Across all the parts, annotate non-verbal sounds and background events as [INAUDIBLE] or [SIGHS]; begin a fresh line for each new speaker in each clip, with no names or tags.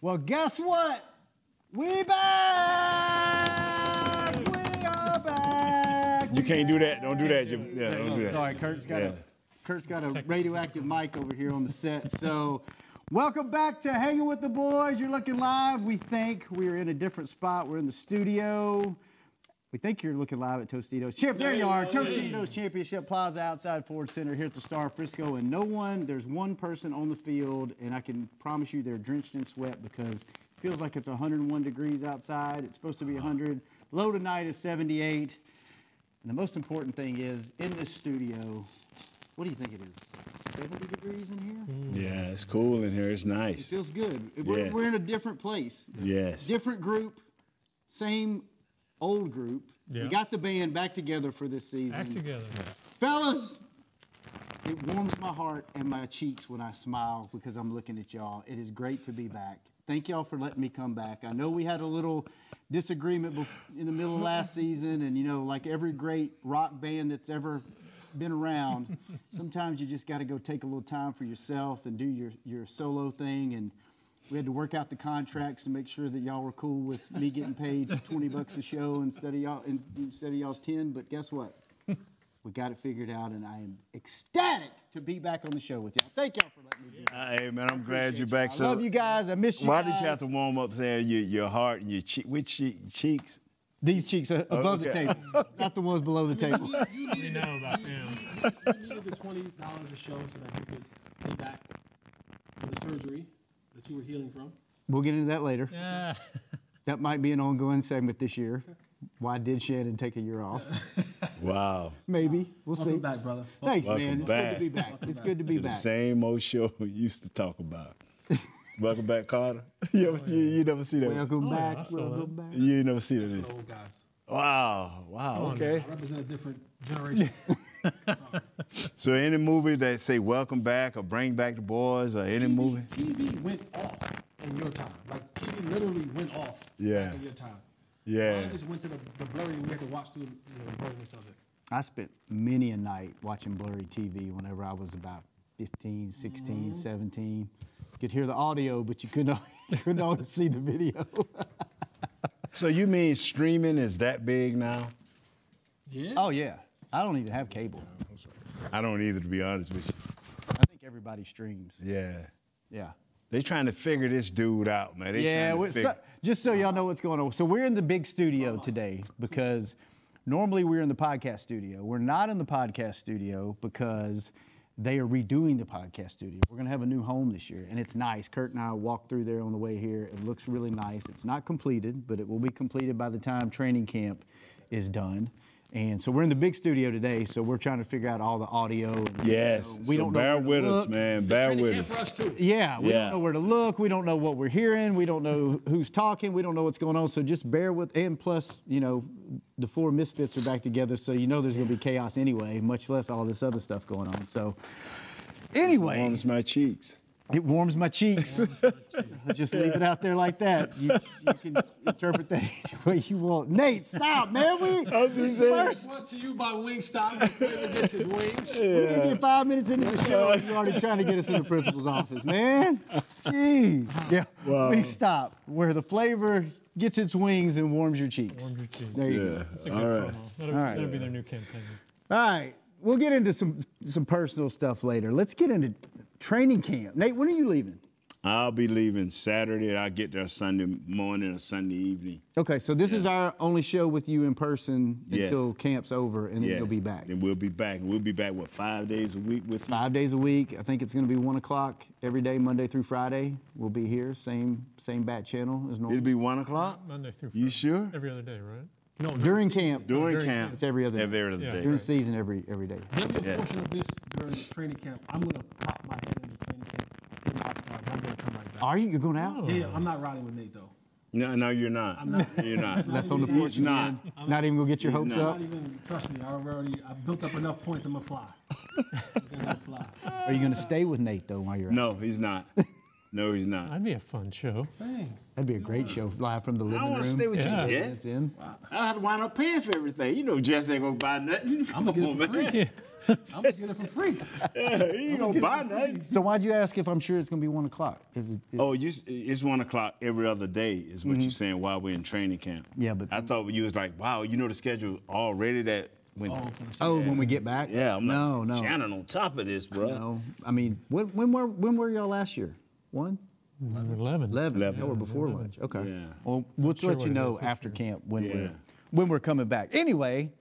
Well, guess what? We back! We are back!
You can't do that. Don't do that. Jim. Yeah, don't do
Oh,
that.
sorry, Kurt's got
Yeah.
a Kurt's got a radioactive mic over here on the set. So, welcome back to Hanging with the Boys. You're looking live. We think we're in a different spot. We're in the studio. We think you're looking live at Tostitos. Chip, there you are. Tostitos Championship Plaza outside Ford Center here at the Star Frisco. And no one, there's one person on the field, and I can promise you they're drenched in sweat because it feels like it's 101 degrees outside. It's supposed to be 100. Low tonight is 78. And the most important thing is in this studio, what do you think it is? 70 degrees in here?
Yeah, it's cool in here. It's
It
nice.
feels good. We're,
Yeah.
we're in a different place.
Yes.
Different group, same old group. We
Yeah.
got the band back together for this season.
Back together.
Fellas, it warms my heart and my cheeks when I smile because I'm looking at y'all. It is great to be back. Thank y'all for letting me come back. I know we had a little disagreement bef- in the middle of last season, and you know, like every great rock band that's ever been
[LAUGHS]
around, sometimes you just got to go take a little time for yourself and do your, your solo thing. And we had to work out the contracts and make sure that y'all were cool with me getting
[LAUGHS]
paid 20 bucks a show instead of y'all instead of y'all's 10. But guess
[LAUGHS]
what? We got it figured out, and I am ecstatic to be back on the show with y'all. Thank y'all for letting me do it.
Uh, hey man, I'm glad you're back.
I love you guys. I missed you
Why
guys.
did you have to warm up saying your, your heart and your cheek? Which cheek, cheeks?
These cheeks are above
okay.
the table, not the ones
[LAUGHS]
below the table.
We know about them.
I needed the twenty dollars a show so that you could pay back for the surgery that you were healing from.
We'll get into that later.
Yeah.
That might be an ongoing segment this year. Why did Shannon take a year off?
[LAUGHS]
Wow.
Maybe. We'll see.
Welcome back, brother.
Thanks,
Welcome
man. It's good
back.
to be back. It's good to be
The
back.
same old show [LAUGHS] we used to talk [LAUGHS] about. Welcome back, [LAUGHS] Carter. you, ever- you, you never see that.
Welcome
Oh, yeah,
back.
I saw
Welcome back.
You ain't never see that. did
For the
you?
old Oh, guys.
Wow. Wow. Okay.
I represent a different
[LAUGHS]
generation. Sorry.
So any movie that say welcome back or bring back the boys or any
TV,
movie.
TV went off in your time. Like TV literally went off. back
Yeah.
In your time. I
Yeah.
just went to the, the blurry and we had to watch through you know, the blurriness of it.
I spent many a night watching blurry TV whenever I was about 15, 16, 17. You could hear the audio, but you couldn't, [LAUGHS] you couldn't always see the video.
So you mean streaming is that big now?
Yeah.
oh, yeah. I don't even have cable.
I don't either, to be honest with
I think everybody streams.
you. Yeah.
Yeah.
They trying to figure this dude out, man. They
yeah,
trying
we're,
to figure,
so, just so y'all know what's going on. So we're in the big studio today because normally we're in the podcast studio. We're not in the podcast studio because they are redoing the podcast studio. We're going to have a new home this year, and it's nice. Kurt and I walked through there on the way here. It looks really nice. It's not completed, but it will be completed by the time training camp is done. And so we're in the big studio today, so we're trying to figure out all the audio. And
yes,
we
so
don't know
bear
where to
with us,
look.
man. Bear
Training
with
camp
us.
for us too.
Yeah, we
Yeah.
don't know where to look. We don't know what we're hearing. We don't know who's talking. We don't know what's going on. So just bear with. And plus, you know, the four misfits are back together, so you know there's going to be chaos anyway. Much less all this other stuff going on. So anyway,
Warms my cheeks.
it warms my cheeks. I'll just leave it out there like that. You, you can interpret that [LAUGHS] any way you want. Nate, stop, man. We
I'm just saying.
dispersed.
Brought to you by Wingstop. The flavor gets his wings.
We didn't get five minutes into the [LAUGHS] show. and You're already trying to get us in the principal's office, man. [LAUGHS] Jeez. Yeah.
Wow.
We stop where the flavor gets its wings and warms your cheeks.
Warms your cheeks.
There you
Yeah.
go.
All right.
That'll,
All right.
that'll be their new campaign.
All right. We'll get into some some personal stuff later. Let's get into training camp. Nate, when are you leaving?
I'll be leaving Saturday. I'll get there Sunday morning or Sunday evening.
Okay, so this is our only show with you in person
Yes.
until camp's over, and then
Yes.
you'll be back.
And we'll be back. We'll be back what five days a week with you?
Five days a week. I think it's going to be one o'clock every day, Monday through Friday. We'll be here, same same bat channel as normal.
It'll be one o'clock.
Monday through Friday.
You sure?
Every other day, right?
during camp,
During camp.
It's every other day.
Every other
Yeah.
day.
during season every every day.
There'll be a
Yeah.
portion of this during the training camp, I'm gonna pop my head in the training camp. in the ops guard. I'm gonna come right back.
Are you? You're going out?
Yeah, I'm not riding with Nate though.
No, no, you're not.
I'm not.
You're
[LAUGHS]
not.
Left
on the porch
He's not.
Not even gonna get your hopes
No.
Not
up.
even trust me. I already I built up enough points. I'm gonna fly. I'm gonna fly.
Are you gonna stay with Nate though while you're out?
No, he's not. No, he's not.
That'd be a fun show.
Dang.
That'd be a great show, live from the living
I don't
room.
want to stay with
Yeah.
you,
It's
Jess.
in.
I have to wind up paying for everything. You know, Jess ain't gonna buy nothing. [LAUGHS]
I'm gonna get it
Come
for
on, man.
free. I'm gonna get it for [LAUGHS] free.
Yeah, you ain't gonna buy nothing.
So why'd you ask if I'm sure it's gonna be one o'clock? Is it, is-
Oh, you, s- it's one o'clock every other day, is what you're saying while we're in training camp.
Mm-hmm. Yeah, but-
I thought you was like, wow, you know the schedule already that when.
Oh, for the
Oh, when we get back?
yeah, I'm
no,
like,
no,
Shannon on top of this, bro.
no. I mean, when, when were when were y'all last year? One,
Number 11.
eleven.
Eleven.
No, or before lunch. Okay.
Yeah.
Well, we'll
sure
let
what
you
it is
know
this
after
year.
camp when
Yeah.
we're when we're coming back. Anyway,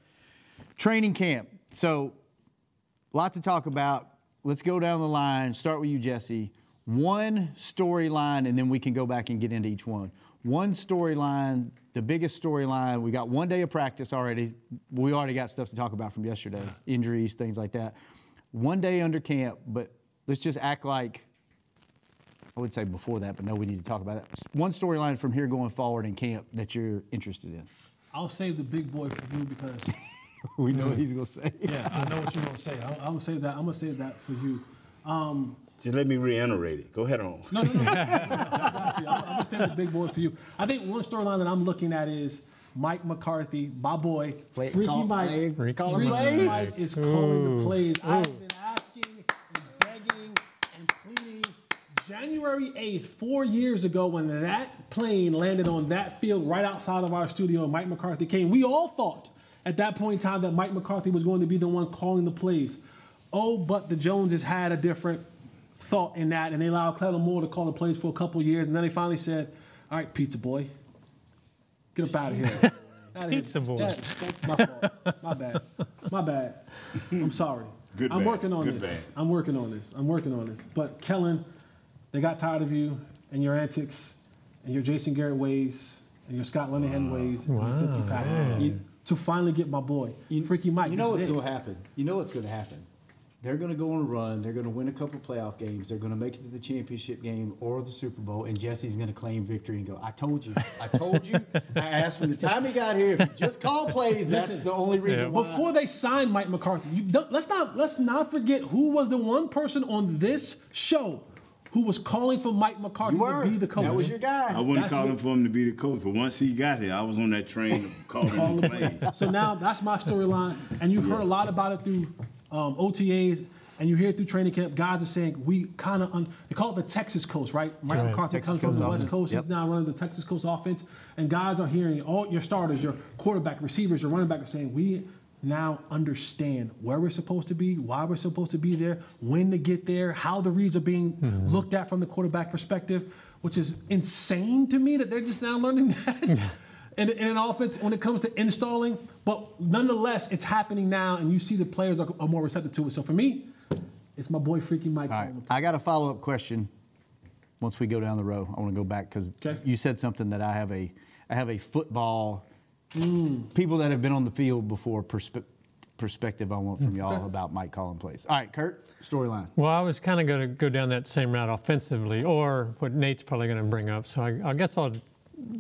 training camp. So, lot to talk about. Let's go down the line. Start with you, Jesse. One storyline, and then we can go back and get into each one. One storyline, the biggest storyline. We got one day of practice already. We already got stuff to talk about from yesterday, injuries, things like that. One day under camp, but let's just act like I would say before that, but no, we need to talk about that. One storyline from here going forward in camp that you're interested in.
I'll save the big boy for you because
We know what he's gonna say.
yeah, I know what you're gonna say. I'll, I'll save that. I'm gonna save that for you. Um,
Just let me reiterate it. Go ahead on.
No, no, no. no. Actually, I'm, I'm gonna say the big boy for you. I think one storyline that I'm looking at is Mike McCarthy, my boy,
Play-
Freaky
call-
Mike.
play-
Freaky
call
Mike.
plays?
is calling the plays. I've been asking and begging and pleading. January 8th, four years ago, when that plane landed on that field right outside of our studio, and Mike McCarthy came, we all thought at that point in time that Mike McCarthy was going to be the one calling the plays. Oh, but the Joneses had a different thought in that, and they allowed Clellan Moore to call the plays for a couple years, and then they finally said, "All right, pizza boy, get up out of here." Outta here.
Pizza boy.
That- that's my fault. My bad. My bad. I'm sorry.
Good
I'm
bad.
working on
Good
this.
bad.
I'm working on this. I'm working on this. But Kellen, they got tired of you and your antics and your Jason Garrett ways and your Scott Linehan ways. And they sent you packing. You- to finally get my boy, Freaky Mike.
You know
this
what's
is it.
gonna happen. You know what's gonna happen. They're gonna go on a run. They're gonna win a couple playoff games. They're gonna make it to the championship game or the Super Bowl, and Jesse's gonna claim victory and go, "I told you. I told you. I asked from the time he got here. If you just call plays,
[LAUGHS]
that's
Listen,
the only reason why."
Before they signed Mike McCarthy, you, don't- let's not let's not forget who was the one person on this show who was calling for Mike McCarthy
You were.
to be the coach.
That was your
I
guy.
wasn't
That's
calling
what-
for him to be the coach, but once he got here, I was on that [LAUGHS] train calling him to play.
So now that's my storyline, and you've heard a lot about it through um, OTAs, and you hear it through training camp. Guys are saying we kind of un- they call it the Texas coast, right? Mike
Right.
McCarthy
Texas
comes from
coast
the West
offense.
Coast.
Yep.
He's now running the Texas coast offense, and guys are hearing all your starters, your quarterback, receivers, your running back are saying we now understand where we're supposed to be, why we're supposed to be there, when to get there, how the reads are being
Hmm.
looked at from the quarterback perspective, which is insane to me that they're just now learning
[LAUGHS]
that. in, in an offense when it comes to installing. But nonetheless, it's happening now, and you see the players are, are more receptive to it. So for me, it's my boy Freaky Mike.
All right. I got a follow up question. Once we go down the road, I want to go back because
Okay.
you said something that I have a I have a football people that have been on the field before perspe- perspective I want from y'all about Mike calling plays. All right, Kurt, storyline.
Well, I was kind of going to go down that same route offensively, or what Nate's probably going to bring up. So I, I guess I'll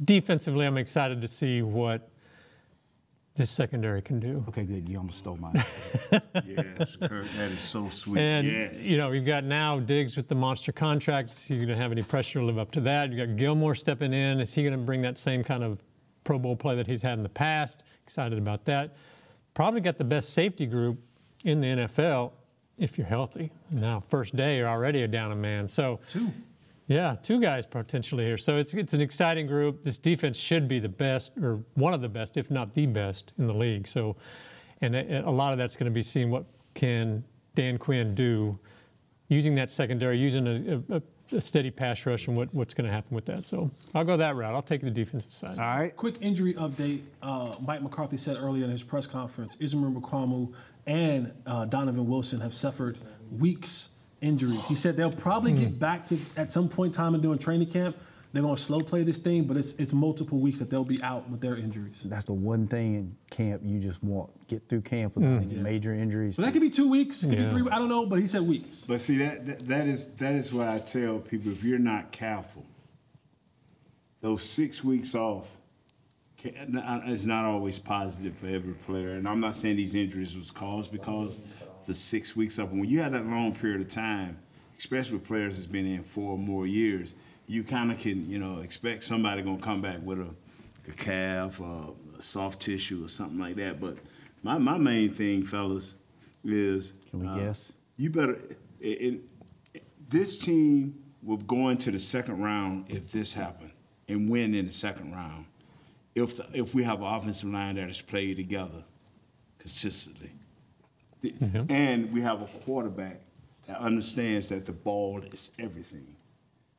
defensively, I'm excited to see what this secondary can do.
Okay, good. You almost stole mine.
Yes, Kurt, that is so sweet.
And
yes.
you know, you've got now Diggs with the monster contract. Is he going to have any pressure to live up to that? You've got Gilmore stepping in. Is he going to bring that same kind of Pro Bowl play that he's had in the past? Excited about that. Probably got the best safety group in the NFL if you're healthy. Now, first day you're already down a man. So
Two.
yeah, two guys potentially here. So it's it's an exciting group. This defense should be the best, or one of the best, if not the best, in the league. So, and a, a lot of that's going to be seeing what can Dan Quinn do, using that secondary, using a, a, a steady pass rush, and what, what's going to happen with that. So I'll go that route. I'll take the defensive side.
All right.
Quick injury update. Uh, Mike McCarthy said earlier in his press conference, Ismail Mukwamu and uh, Donovan Wilson have suffered
Hmm.
weeks injury. He said they'll probably get back to at some point in time and doing training camp. They're going to slow play this thing, but it's it's multiple weeks that they'll be out with their injuries.
That's the one thing in camp you just want. Get through camp without any major injuries.
So that could be two weeks, could
Yeah.
be three. I don't know, but he said weeks.
But see that, that that is that is why I tell people if you're not careful, those six weeks off can, is not always positive for every player. And I'm not saying these injuries was caused because the six weeks off. When you have that long period of time, especially with players that's been in four or more years, you kind of can you know expect somebody gonna come back with a, a calf or a soft tissue or something like that. But my my main thing, fellas, is uh,
Can we guess?
you better. It, it, this team will go into the second round if this happened and win in the second round. If the, if we have an offensive line that is played together consistently, The- and we have a quarterback that understands that the ball is everything.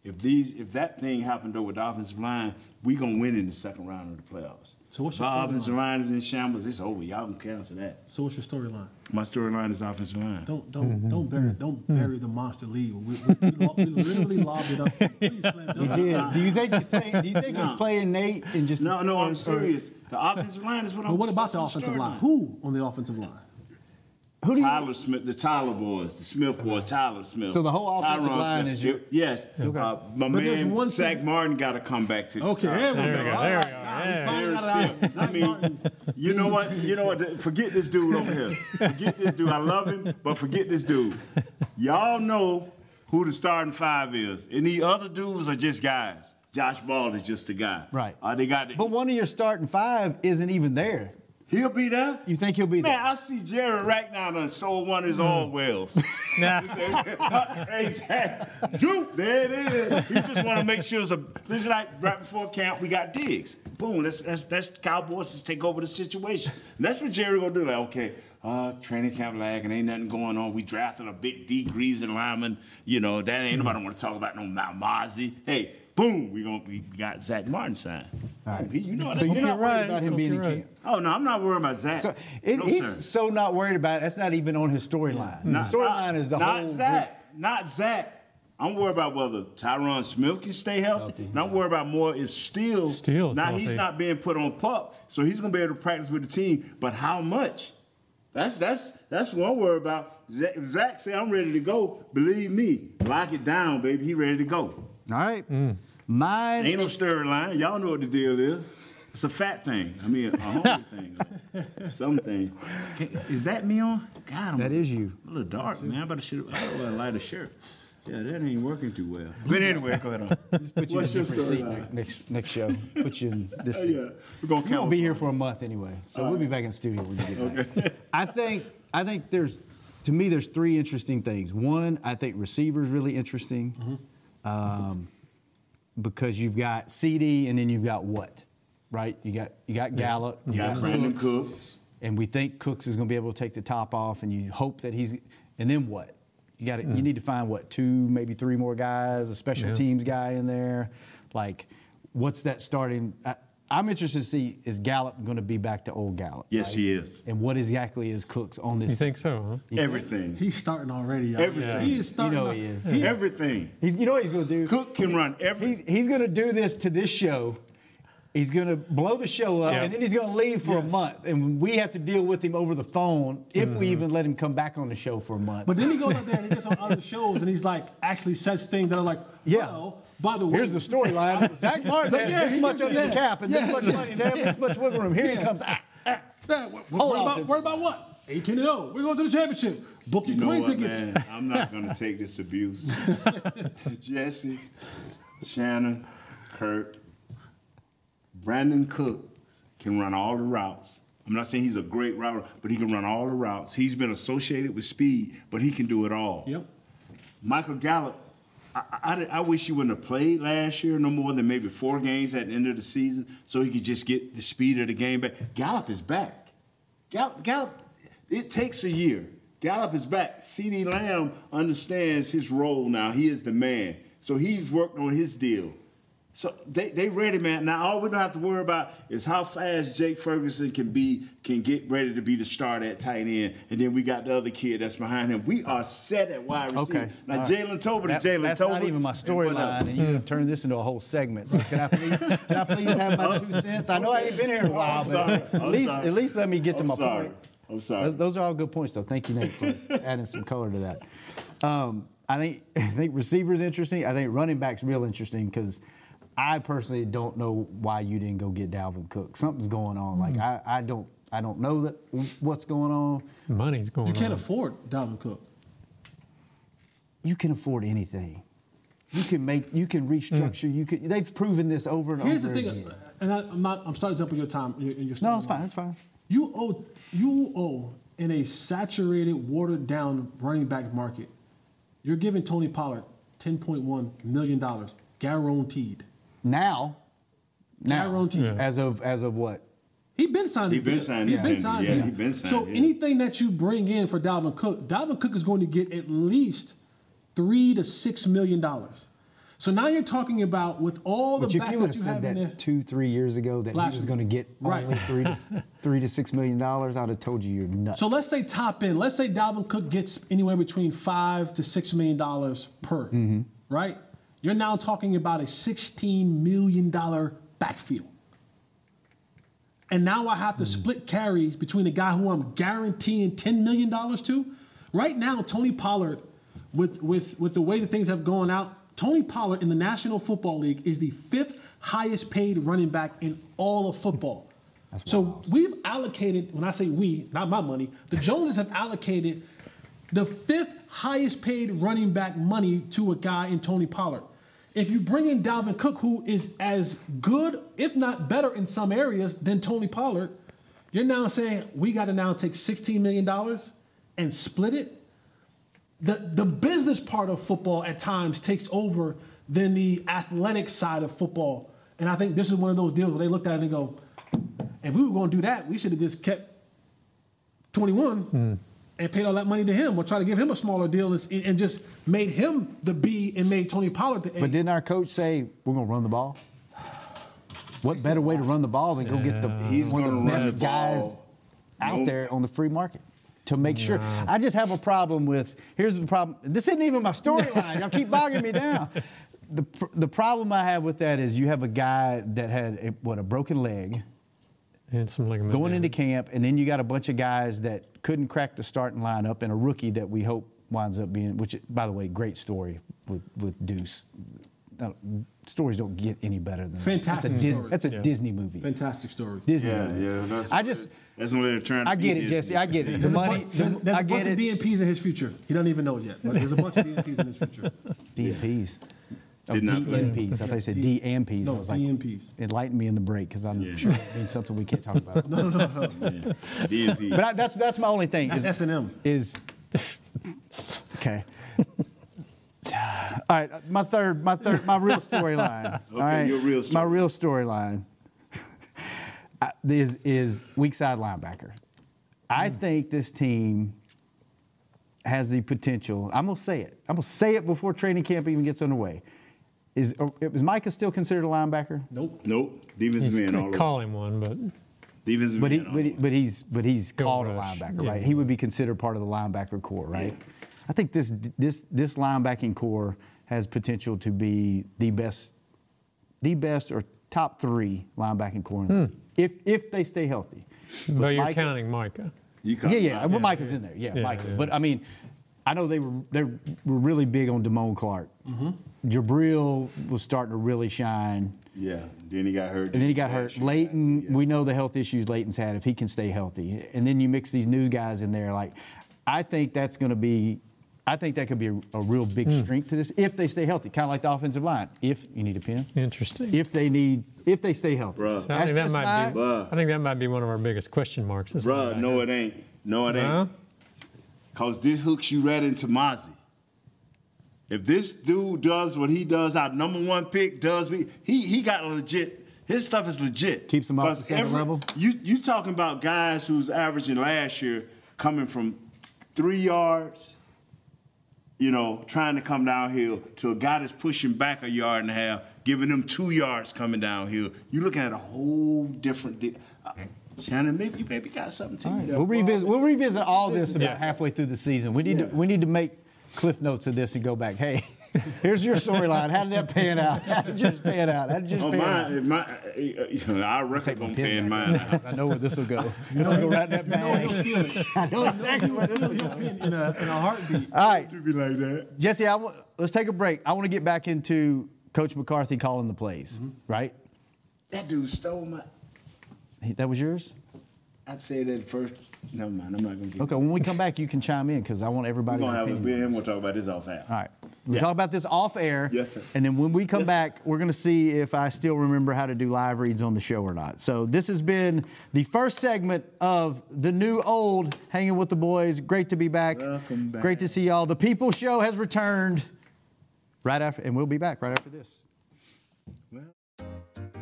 If these if that thing happened over the offensive line, we gonna win in the second round of the playoffs.
So what's
If
your
our
storyline?
offensive line is in shambles? It's over. Y'all can cancel that.
So what's your storyline?
My storyline is offensive line.
Don't don't
Mm-hmm.
don't bury don't bury the monster league. We, we, we, lo- we literally lobbed it up. To
[LAUGHS]
a pretty slam dunk.
Yeah. Do you think he's playing? Do you think he's
No.
playing Nate and just?
No, no,
or- or-
I'm serious. The offensive line is what I'm.
But what about the
that's
offensive
starting
line? Who on the offensive line?
Who do you?
Tyler Smith, the Tyler boys, the Smith boys, Tyler Smith.
So the whole offensive
Tyron
line
Smith.
is your-
It- Yes. Uh, my
But there's
man,
one
Zach
thing-
Martin, got to come back to.
Okay, there we
Uh,
go.
go,
Oh
All
there
right,
we go,
God,
yeah.
we finally got it out.
Seriously. I mean, you know what? You know what? Forget this dude over here. Forget this dude. I love him, but forget this dude. Y'all know who the starting five is, and the other dudes are just guys. Josh Ball is just a guy.
Right.
Uh, they got. The,
But one of your starting five isn't even there.
he'll be there.
You think he'll be
Man,
there?
I see Jerry right now done sold one of his all wells.
Nah.
[LAUGHS] exactly. Dude, there it is. He just want to make sure it's a. This is like right before camp, we got digs. Boom, that's that's, that's Cowboys to take over the situation. And that's what Jerry gonna do. Like, okay, uh, training camp lagging, ain't nothing going on. We drafted a big D greasing lineman. You know that ain't nobody want to talk about no Mount Mozzie. Hey, boom, we gonna we got Zach Martin signed. Oh, he- you know
So
that-
you're not worried
right.
about him
So
being in
you're right.
camp.
Oh no, I'm not worried about Zach.
So it,
No,
he's
sir. Mm.
so not worried about. It. That's not even on his storyline. The storyline is the
not
whole.
Zach. Not Zach. I'm worried about whether Tyron Smith can stay healthy. And I'm worried about more if Steele.
Steele's
now
healthy.
he's not being put on pup, so he's gonna be able to practice with the team. But how much? That's that's that's what I'm worried about. Zach, if Zach say I'm ready to go. Believe me, lock it down, baby. He ready to go.
All right. Mine.
Ain't no stirring line. Y'all know what the deal is. It's a fat thing. I mean,
[LAUGHS]
a hungry thing. Something. Is that me on? God, I'm
That is you.
a little dark, man. I better should I better wear a lighter shirt. Yeah, that ain't working too well. But anyway, go [LAUGHS] ahead on.
Put you
What's
in
your
a different seat
storyline?
next, next next show. Put you
[LAUGHS]
in this
Oh,
seat.
yeah. We're gonna
You won't
count.
be here for a month anyway, so we'll be back in the studio when you get back.
[LAUGHS]
I think I think there's to me there's three interesting things. One, I think receivers really interesting,
Mm-hmm.
um, because you've got CD and then you've got what, right? You got you got Gallup, you
Yeah,
got
Brandon
Cooks,
Cooks.
and we think Cooks is going to be able to take the top off, and you hope that he's. And then what? You got to
Mm.
you need to find what two, maybe three more guys, a special teams guy in there. Like, what's that starting? I, I'm interested to see is Gallup going to be back to old Gallup?
Yes, he is.
And what exactly is Cooks on this?
You think so? Huh?
Everything.
He's starting already. Y'all.
Everything.
He is starting.
You know
al-
he is.
Everything.
He's, you know what he's going to do?
Cook can run
He's,
every.
he's going to do this to this show. He's going to blow the show up,
Yeah.
and then he's going to leave for a
Yes.
month, and we have to deal with him over the phone if we even let him come back on the show for a month.
But then he goes out there and he
[LAUGHS]
gets on other shows and he's like actually says things that are like,
Yeah.
well, by the way,
Here's the
[LAUGHS]
storyline. Zach Martin
So,
has
yeah,
this
he
much
can-
under the
yeah.
cap and this much money. They have this much wiggle room. Here he comes. Ah, ah.
Yeah, what,
Whole
about,
offense.
worry about what? 18 and 0. We're going to the championship. Book your
You know
plane
what,
tickets.
man? I'm not gonna take this abuse. Jesse, Shannon, Kurt, Brandon Cook can run all the routes. I'm not saying he's a great route, but he can run all the routes. He's been associated with speed, but he can do it all.
[LAUGHS] Yep.
Michael Gallup, I, I, I- I wish he wouldn't have played last year no more than maybe four games at the end of the season so he could just get the speed of the game back. Gallup is back. Gallup, Gallup it takes a year. Gallup is back. C.D. Lamb understands his role now. He is the man. So he's worked on his deal. So they, they ready, man. Now all we don't have to worry about is how fast Jake Ferguson can be can get ready to be the star at tight end, and then we got the other kid that's behind him. We are set at wide receiver.
Okay.
Now
All right.
Jalen Tobin
That-
is Jalen Tobin.
That's not even my
and what else?
storyline, [LAUGHS] and you turn this into a whole segment. So can I please, can I please have my
[LAUGHS]
two cents? I know I ain't been here in a while,
I'm
but
sorry.
at
I'm
least
sorry.
at least let me get to
I'm
my
sorry.
point.
I'm sorry.
Those, those are all good points, though. Thank you, Nate, for [LAUGHS] adding some color to that. Um, I think [LAUGHS] I think receivers interesting. I think running backs real interesting because I personally don't know why you didn't go get Dalvin Cook. Something's going on. Like I, I don't I don't know that what's going on.
Money's going
You can't
on.
afford Dalvin Cook.
You can afford anything. You can make you can restructure. You can. They've proven this over and
Here's
over
the thing, uh,
again.
and I, I'm not. I'm starting to jump on your time. Your, your
No,
starting
it's fine.
line.
It's fine.
You owe. You owe in a saturated, watered down running back market. You're giving Tony Pollard 10.1 million dollars guaranteed.
Now, now,
Guaranteed. Yeah.
as of as of what?
He been signed.
He
his
been
deal.
signed
He's
his
been
deal.
signed.
Yeah,
his
he
deal.
been signed,
So
yeah.
anything that you bring in for Dalvin Cook, Dalvin Cook is going to get at least three to six million dollars. So now you're talking about with all the
But you,
back
if you would
that
have
you have
said
in
that
there.
two, three years ago that
Last
he was
year.
going to get
Right.
only three to
[LAUGHS]
s- three to six million dollars, I'd have told you you're nuts.
So let's say top end. Let's say Dalvin Cook gets anywhere between five to six million dollars per. Right? You're now talking about a sixteen million dollar backfield. And now I have to split carries between the guy who I'm guaranteeing ten million dollars to. Right now, Tony Pollard, with with with the way that things have gone out, Tony Pollard in the National Football League is the fifth highest paid running back in all of football. So we've allocated, when I say we, not my money, the Joneses have allocated the fifth highest paid running back money to a guy in Tony Pollard. If you bring in Dalvin Cook, who is as good, if not better in some areas than Tony Pollard, you're now saying we got to now take $16 million and split it the the business part of football at times takes over than the athletic side of football. And I think this is one of those deals where they looked at it and go, if we were going to do that, we should have just kept 21
Hmm.
and paid all that money to him or try to give him a smaller deal and, and just made him the B and made Tony Pollard the A.
but didn't our coach say we're going to run the ball? What better way to run the ball than go get the
He's
one of
gonna
the
run
best
the
guys
ball.
out
Nope.
there on the free market to make sure? I just have a problem with. Here's the problem. This isn't even my storyline. Y'all keep bogging me down. The, pr- the problem I have with that is you have a guy that had a, what a broken leg.
And some ligament
going into
damage.
camp, and then you got a bunch of guys that couldn't crack the starting lineup, and a rookie that we hope winds up being. Which, by the way, great story with with Deuce. Uh, stories don't get any better than
Fantastic
That. That's a, Dis-
story.
that's a Disney movie.
Fantastic story.
Disney.
Yeah,
movie.
yeah. That's,
I just-
that's what they're trying. To
I get
be
it,
Disney.
Jesse. I get it. The
There's a,
money.
bu- there's,
the-
there's a
I
bunch
get
of
it.
DMPs in his future. He doesn't even know it yet, but there's a bunch of DMPs in his future.
DMPs. Oh,
Did not play.
DMPs. I thought you said DMPs.
No,
I was like,
DMPs.
Enlighten me in the break because I'm
Yeah.
sure it means something we can't talk about.
DNP.
But I, that's that's my only thing.
That's
is-
S and M.
is okay. All right, my third, my third, my real storyline.
[LAUGHS]
all right,
your real
my
story.
real storyline I- is is weak side linebacker. I
Hmm.
think this team has the potential. I'm gonna say it. I'm gonna say it before training camp even gets underway. Is or- is Micah still considered a linebacker?
Nope.
Nope. Defensive
He's
man all
gonna
over.
call him one, but
Defensive
But he,
man. all
but, he,
over.
but he's but he's
Go
called
rush.
a linebacker,
Yeah.
right? He would be considered part of the linebacker core, right? I think this this this linebacking core has potential to be the best, the best or top three linebacking core in the league. if if they stay healthy.
Hmm. but you're
Micah-
counting Micah.
You call
yeah,
him
yeah.
out.
Well, Mike is in there. Yeah,
Yeah,
Mike.
yeah.
But I mean, I know they were they were really big on Damone Clark.
Mm-hmm.
Jabril was starting to really shine.
Yeah. Then he got hurt.
And then he got hurt. Leighton, we know the health issues Leighton's had if he can stay healthy. And then you mix these new guys in there. Like, I think that's going to be, I think that could be a, a real big
Hmm.
strength to this if they stay healthy, kind of like the offensive line. If you need a pin,
Interesting.
if they need, if they stay healthy.
Bruh.
I
That's
think that
just
might be.
my-
Bruh.
I think that might be one of our biggest question marks. this
Bruh,
linebacker.
no, it ain't. No, it
Huh?
ain't. Cause this hooks you right into Mozzie. If this dude does what he does, our number one pick does. We he he got legit. His stuff is legit.
Keeps him off
'Cause
the second level?
You you talking about guys who's averaging last year coming from three yards you know, trying to come downhill to a guy that's pushing back a yard and a half, giving them two yards coming downhill. You're looking at a whole different. Di- uh, Shannon, maybe you maybe got something to you.
We'll revisit. We'll revisit all this about
Yes.
halfway through the season. We need to.
Yeah.
We need to make cliff notes of this and go back. Hey, [LAUGHS] here's your storyline. How did that pan out? How did yours pan out? How did yours
Oh,
pan out?
mine, my, uh, [LAUGHS] you know, our record
Take my
gonna
pen
pan
back. [LAUGHS]
mine out.
I know where this will go. This will go right in that bag. I know exactly where [LAUGHS] this will go.
Your pin in a, in a heartbeat.
All right,
To be like that.
Jesse. I want, let's take a break. I want to get back into Coach McCarthy calling the plays. Right?
That dude stole my.
He- That was yours.
I'd say that first. Never mind. I'm not gonna. Get
Okay. When we come back, you can chime in because I want
We're
everybody's
gonna have a
opinion.
beer and we'll talk about this off air.
All right. We'll talk about this off air.
Yes, sir.
And then when we come
Yes, sir.
back, we're going to see if I still remember how to do live reads on the show or not. So this has been the first segment of the new old Hanging with the Boys. Great to be back.
Welcome back.
Great to see y'all. The People Show has returned right after, and we'll be back right after this.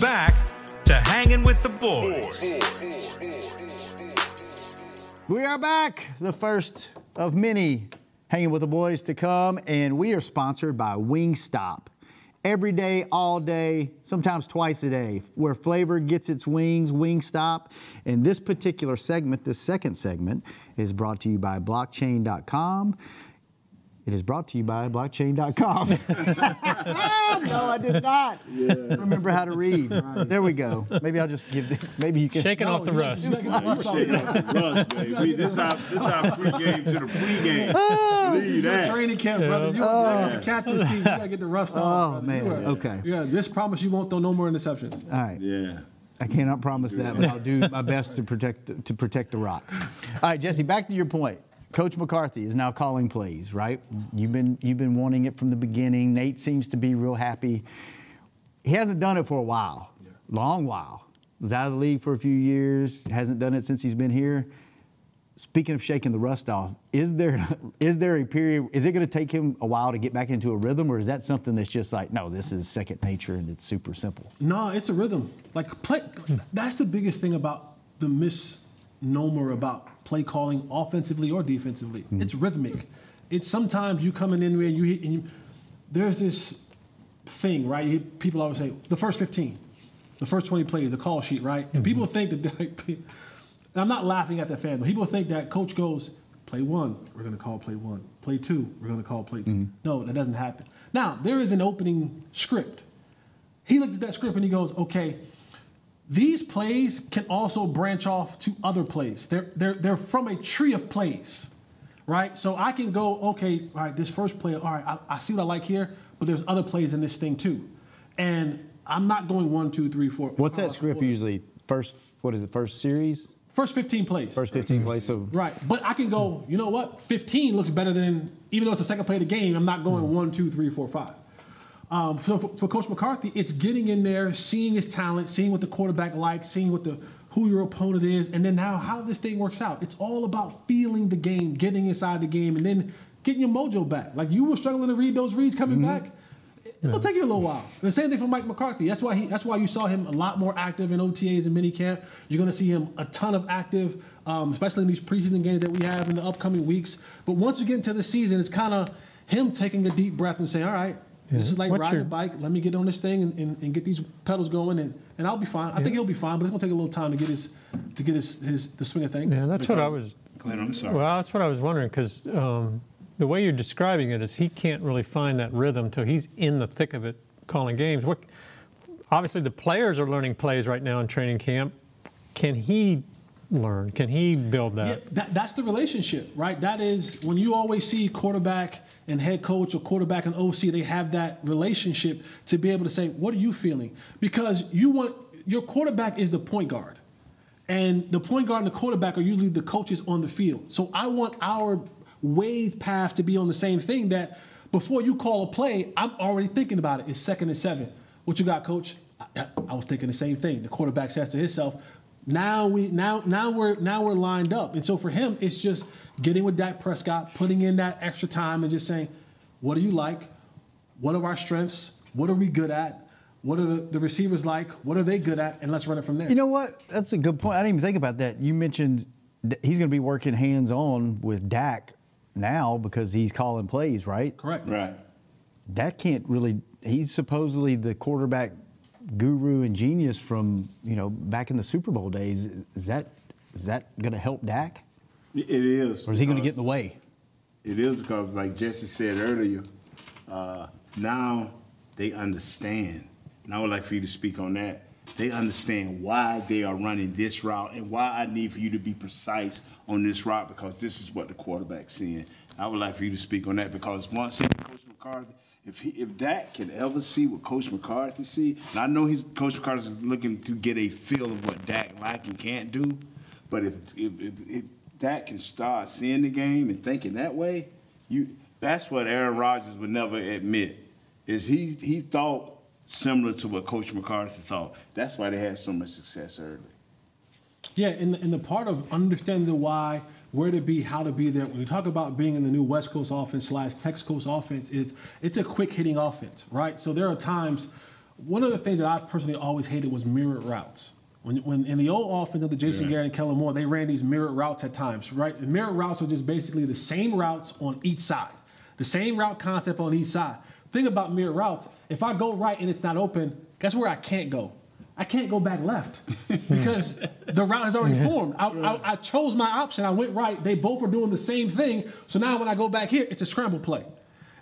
Back to Hanging with the Boys.
We are back, the first of many Hanging with the Boys to come, and we are sponsored by Wingstop. Every day, all day, sometimes twice a day, where flavor gets its wings, Wingstop. And this particular segment, this second segment, is brought to you by blockchain.com. It is brought to you by blockchain.com. [LAUGHS] no, I did not remember how to read. There we go. Maybe I'll just give. The, maybe you can.
Shaking off the rust.
Shaking off the rust, baby. [LAUGHS] We- This our this our pregame to the [LAUGHS] pregame. Believe
Your
that.
training camp, brother. You are the captain seat. You gotta get the rust off.
Oh,
brother. You
man.
are-
Okay.
Yeah, this promise you won't throw no more interceptions.
All right.
Yeah.
I cannot promise that, but I'll do my best to protect to protect the rock. All right, Jesse, back to your point. Coach McCarthy is now calling plays, right? You've been you've been wanting it from the beginning. Nate seems to be real happy. He hasn't done it for a while, long while. Was out of the league for a few years. Hasn't done it since he's been here. speaking of shaking the rust off, is there [LAUGHS] is there a period? Is it going to take him a while to get back into a rhythm, or is that something that's just like, no, this is second nature and it's super simple?
No, it's a rhythm. Like play, that's the biggest thing about the misnomer about play calling offensively or defensively. It's rhythmic. It's sometimes you coming in where you hit and you, there's this thing, right? You hear people always say the first 15, the first 20 plays, the call sheet, right? And people think that. Like, and I'm not laughing at the fan, but people think that coach goes, play one, we're going to call play one. Play two, we're going to call play 2 No, that doesn't happen. Now, there is an opening script. He looks at that script and he goes, okay, these plays can also branch off to other plays. They're, they're, they're from a tree of plays, right? So I can go, okay, all right, this first play, all right, I, I see what I like here, but there's other plays in this thing too. And I'm not going one, two, three, four.
What's that script usually? First, what is it? First series?
First 15 plays.
First 15 plays. So
Right, but I can go. You know what? 15 looks better than even though it's the second play of the game. I'm not going one, two, three, four, five. Um, so for, for Coach McCarthy, it's getting in there, seeing his talent, seeing what the quarterback likes, seeing what the who your opponent is, and then how how this thing works out. It's all about feeling the game, getting inside the game, and then getting your mojo back. Like you were struggling to read those reads coming back. It'll take you a little while. The same thing for Mike McCarthy. That's why he. That's why you saw him a lot more active in OTAs and minicamp. You're going to see him a ton of active, um, especially in these preseason games that we have in the upcoming weeks. But once you get into the season, it's kind of him taking a deep breath and saying, "All right, this
Yeah.
is like
What's
riding
your-
a bike. Let me get on this thing and, and, and get these pedals going, and, and I'll be fine. I
Yeah.
think he'll be fine, but it's going to take a little time to get his to get his, his the swing of things.
Yeah, that's what I was.
Go ahead, I'm sorry.
Well, that's what I was wondering because um, the way you're describing it is he can't really find that rhythm till he's in the thick of it calling games. What, obviously, the players are learning plays right now in training camp. Can he learn? Can he build that?
Yeah, that, that's the relationship, right? That is when you always see quarterback and head coach or quarterback and OC, they have that relationship to be able to say, what are you feeling? Because you want your quarterback is the point guard. And the point guard and the quarterback are usually the coaches on the field. So I want our wave path to be on the same thing that before you call a play, I'm already thinking about it. It's second and seven. What you got, coach? I, I was thinking the same thing. The quarterback says to himself, now we now now we're now we're lined up. And so for him, it's just getting with Dak Prescott, putting in that extra time and just saying, what do you like? What are our strengths? What are we good at? What are the, the receivers like? What are they good at? And let's run it from there.
You know what? That's a good point. I didn't even think about that. You mentioned that he's going to be working hands on with Dak now because he's calling plays, right?
Correct.
Right.
Dak can't really. He's supposedly the quarterback guru and genius from you know back in the Super Bowl days. Is that is that going to help Dak,
It it is.
or is he going to get in the
because-
way?
It is because, like Jesse said earlier, uh, now they understand. And I would like for you to speak on that. They understand why they are running this route and why I need for you to be precise on this route because this is what the quarterback's seeing. I would like for you to speak on that because once again, Coach McCarthy, if he, if Dak can ever see what Coach McCarthy see, and I know he's Coach McCarthy's looking to get a feel of what Dak like and can't do, but if if, if, if Dak can start seeing the game and thinking that way, you that's what Aaron Rodgers would never admit. Is he he thought similar to what Coach McCarthy thought. That's why they had so much success early.
Yeah, and, and the part of understanding the why, where to be, how to be there. When you talk about being in the new West Coast offense slash Tex Coast offense, it's it's a quick hitting offense, right? So there are times. One of the things that I personally always hated was mirror routes. When, when in the old offense under Jason Garrett and Kellen Moore, they ran these mirror routes at times, right? And mirror routes are just basically the same routes on each side, the same route concept on each side. Thing about mirror routes, if I go right and it's not open, guess where I can't go? I can't go back left [LAUGHS] because the route has already formed. I, I, I chose my option. I went right. They both are doing the same thing. So now when I go back here, it's a scramble play.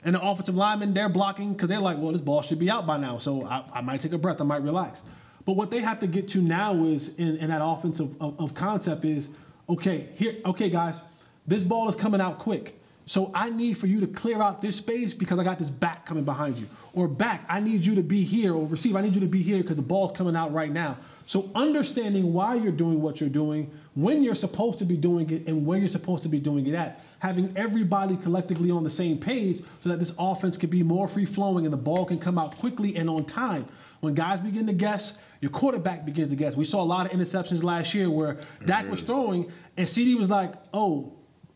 And the offensive linemen, they're blocking because they're like, well, this ball should be out by now. So I, I might take a breath. I might relax. But what they have to get to now is in, in that offensive of, of concept is, okay, here, okay, guys, this ball is coming out quick. So I need for you to clear out this space because I got this back coming behind you. Or back, I need you to be here or receive. I need you to be here because the ball's coming out right now. So understanding why you're doing what you're doing when you're supposed to be doing it and where you're supposed to be doing it at. Having everybody collectively on the same page so that this offense can be more free flowing and the ball can come out quickly and on time. When guys begin to guess, your quarterback begins to guess. We saw a lot of interceptions last year where Dak was throwing and CD was like, oh,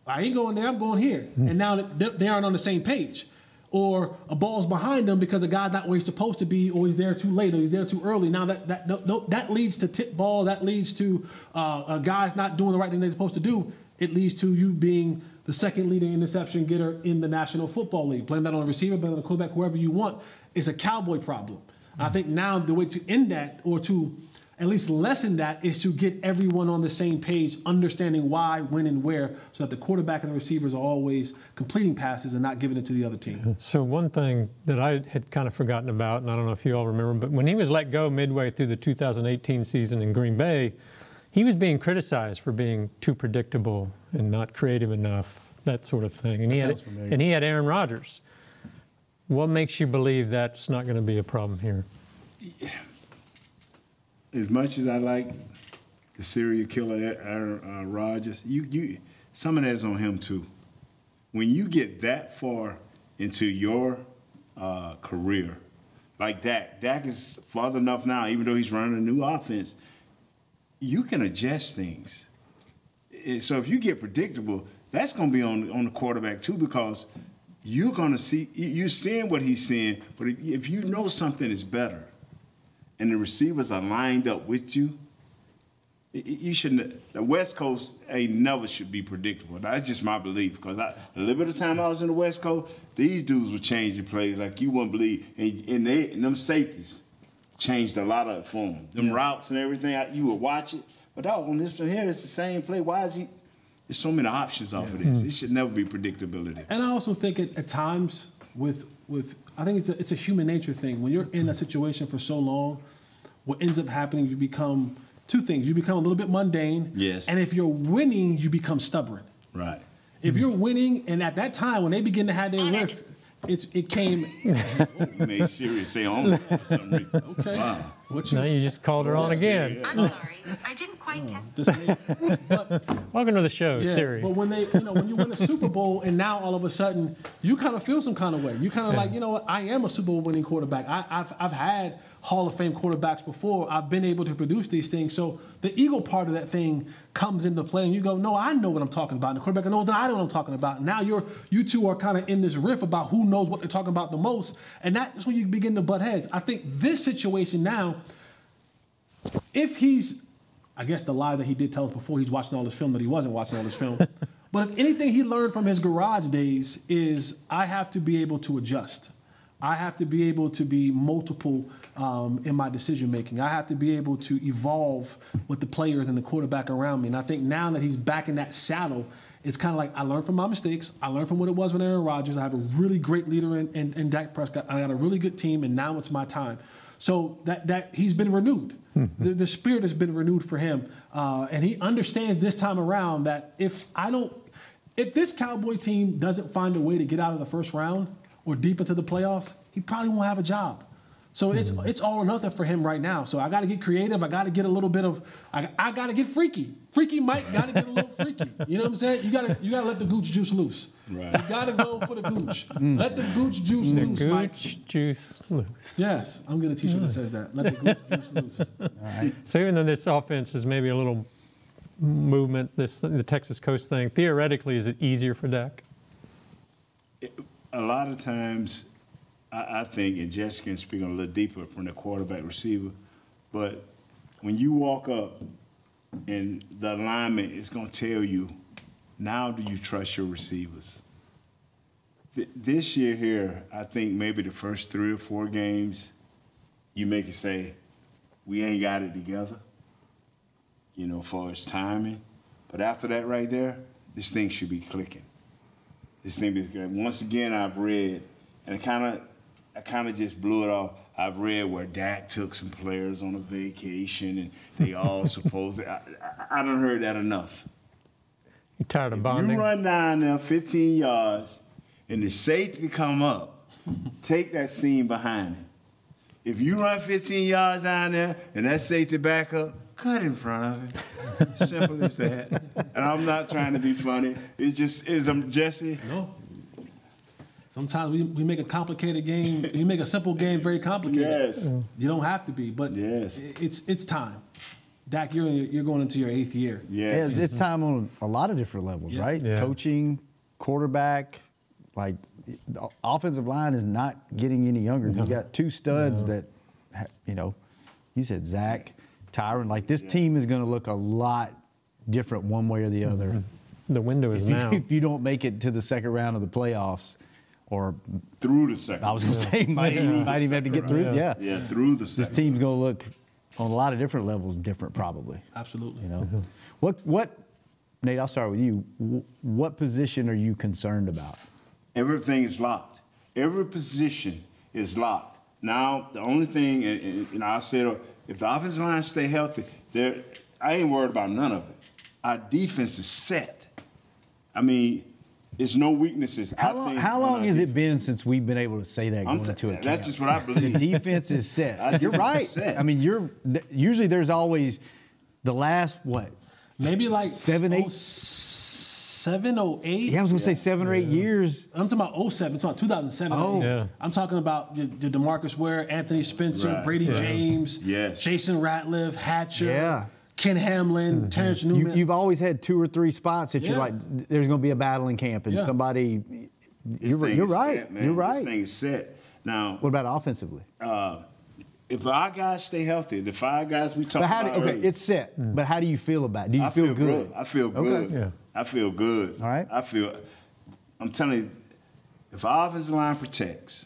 I ain't going there, I'm going here. And now they they aren't on the same page. Or a ball's behind them because a guy's not where he's supposed to be, or he's there too late, or he's there too early. Now that that no, no, that leads to tip ball, that leads to uh, uh, guys not doing the right thing they're supposed to do. It leads to you being the second leading interception getter in the National Football League. Blame that on the receiver, blame it on the quarterback, whoever you want. It's a cowboy problem. I think now the way to end that, or to at least lessen that is to get everyone on the same page, understanding why, when, and where, so that the quarterback and the receivers are always completing passes and not giving it to the other team.
So one thing that I had kind of forgotten about, and I don't know if you all remember, but when he was let go midway through the 2018 season in Green Bay, he was being criticized for being too predictable and not creative enough, that sort of thing. And he
That
had
sounds familiar.
and he had Aaron Rodgers. What makes you believe that's not going to be a problem here?
as much as I like the serial killer Aaron uh, Rodgers, you you some of that is on him too. When you get that far into your uh, career, like Dak, Dak is far enough now, even though he's running a new offense, you can adjust things. And so if you get predictable, that's going to be on on the quarterback too because you're going to see you- you're seeing what he's seeing, but if- if you know something is better and the receivers are lined up with you, y- y- you shouldn't. The West Coast ain't never should be predictable. That's just my belief because I, a little bit of time I was in the West Coast, these dudes were changing plays like you wouldn't believe, and, and they and them safeties changed a lot of it for them. Them routes and everything, I, you would watch it. But dog, on this one here, it's the same play. Why is he? There's so many options off of this.
Mm.
It should never be predictability.
And I also think at, at times with with I think it's a, it's a human nature thing. When you're in a situation for so long, what ends up happening, you become two things. You become a little bit mundane.
Yes.
And if you're winning, you become stubborn.
Right.
Hmm.
If you're winning, and at that time when they begin to have their riff, it's it came.
You made serious say on.
Okay.
Wow.
What
now you just called her on again.
I'm
sorry, I didn't quite catch.
Welcome to the show,
Yeah,
Siri.
But when they, you know, when you win a Super Bowl and now all of a sudden you kind of feel some kind of way. You kind of
Yeah.
like, you know what? I am a Super Bowl winning quarterback. I, I've I've had Hall of Fame quarterbacks before. I've been able to produce these things. So the ego part of that thing comes into play, and you go, no, I know what I'm talking about. And the quarterback knows that I know what I'm talking about. Now you're you two are kind of in this riff about who knows what they're talking about the most, and that's when you begin to butt heads. I think this situation now if he's, I guess the lie that he did tell us before he's watching all this film that he wasn't watching all this film. [LAUGHS] but if anything he learned from his garage days is I have to be able to adjust. I have to be able to be multiple um, in my decision making. I have to be able to evolve with the players and the quarterback around me. And I think now that he's back in that saddle, it's kind of like I learned from my mistakes. I learned from what it was with Aaron Rodgers. I have a really great leader in, in, in Dak Prescott. I got a really good team, and now it's my time. So that that he's been renewed. The, the spirit has been renewed for him, uh, and he understands this time around that if I don't, if this Cowboy team doesn't find a way to get out of the first round or deep into the playoffs, he probably won't have a job. So it's it's all or nothing for him right now. So I got to get creative. I got to get a little bit of I, I got to get freaky. Freaky Mike got to get a little freaky. You know what I'm saying? You got to you got to let the gooch juice loose. Right. You got to go for the gooch. Let the gooch juice
Mm. The
loose, Mike.
gooch juice loose.
Yes, I'm gonna teach you that says that. Let the gooch juice loose.
[LAUGHS] So even though this offense is maybe a little movement, this the Texas coast thing, theoretically, is it easier for Dak?
a lot of times, I, I think, and Jessica can speak on a little deeper from the quarterback receiver, but when you walk up and the alignment is going to tell you, now do you trust your receivers? Th- this year here, I think maybe the first three or four games, you make it say, we ain't got it together, you know, for its timing. But after that right there, this thing should be clicking this thing is great. Once again, I've read, and I kind of, I kind of just blew it off. I've read where Dak took some players on a vacation, and
[LAUGHS]
they all supposed. To, I, I, I don't heard that enough.
You tired of
You
bonding?
run down there 15 yards, and the safety come up, take that seam behind him. If you run 15 yards down there and that safety back up, cut in front of
[LAUGHS]
it. Simple as that. And I'm not trying to be funny. It's just, is I'm Jesse.
No. Sometimes we, we make a complicated game. We make a simple game very complicated.
Yes.
Mm.
Yeah.
You don't have to be, but yes. it's it's time. Dak, you're in your- you're going into your eighth year.
Yeah, it's, it's time on a lot of different levels,
Yeah.
right?
Yeah.
Coaching, quarterback, like the offensive line is not getting any younger. You got two studs that, ha- you know, you said Zach, Tyron. Like this team is going to look a lot different one way or the other.
Mm-hmm. The window
if
is
you,
now.
[LAUGHS] If you don't make it to the second round of the playoffs, or
through the second,
I was going to
round.
say might,
Through the
might even have to
second
get through.
round.
Yeah,
Yeah, through the
This
second
team's going to look on a lot of different levels different, probably.
Absolutely.
You know, what what Nate? I'll start with you. Wh- What position are you concerned about?
Everything is locked. Every position is locked. Now, the only thing, and, and, and I said, oh, if the offensive line stay healthy, there, I ain't worried about none of it. Our defense is set. I mean, it's no weaknesses. I
How long,
think
how
on
long
our
has it been since we've been able to say that
I'm
going
t-
to a
that's
camp?
just what I believe.
The defense is
Our
set. You're
defense
right.
is set.
I mean, you're th- usually there's always the last what?
Maybe like oh,
seven, eight.
Seven oh eight.
Yeah, I was gonna say seven or eight years.
I'm talking about 07. I'm talking about 2007.
Oh. Yeah.
I'm talking about the, the Demarcus Ware, Anthony Spencer,
Right.
Brady
Yeah.
James,
Yes.
Jason Ratliff, Hatcher,
Yeah. Mm-hmm.
Ken Hamlin, Terrence
You,
Newman.
you've always had two or three spots that you're
Yeah.
like, there's going to be a battle in camp, and
Yeah.
somebody.
This
You're,
thing
you're
is
right.
set, man.
You're
This
right.
thing is set. Now,
what about offensively?
uh, if our guys stay healthy, the five guys we talked
But how do,
about
okay,
earlier,
it's set. But how do you feel about it? Do you
I
feel,
feel
good?
good. I feel
Okay.
good. I feel good. All right. I feel. I'm telling you, if our offensive line protects,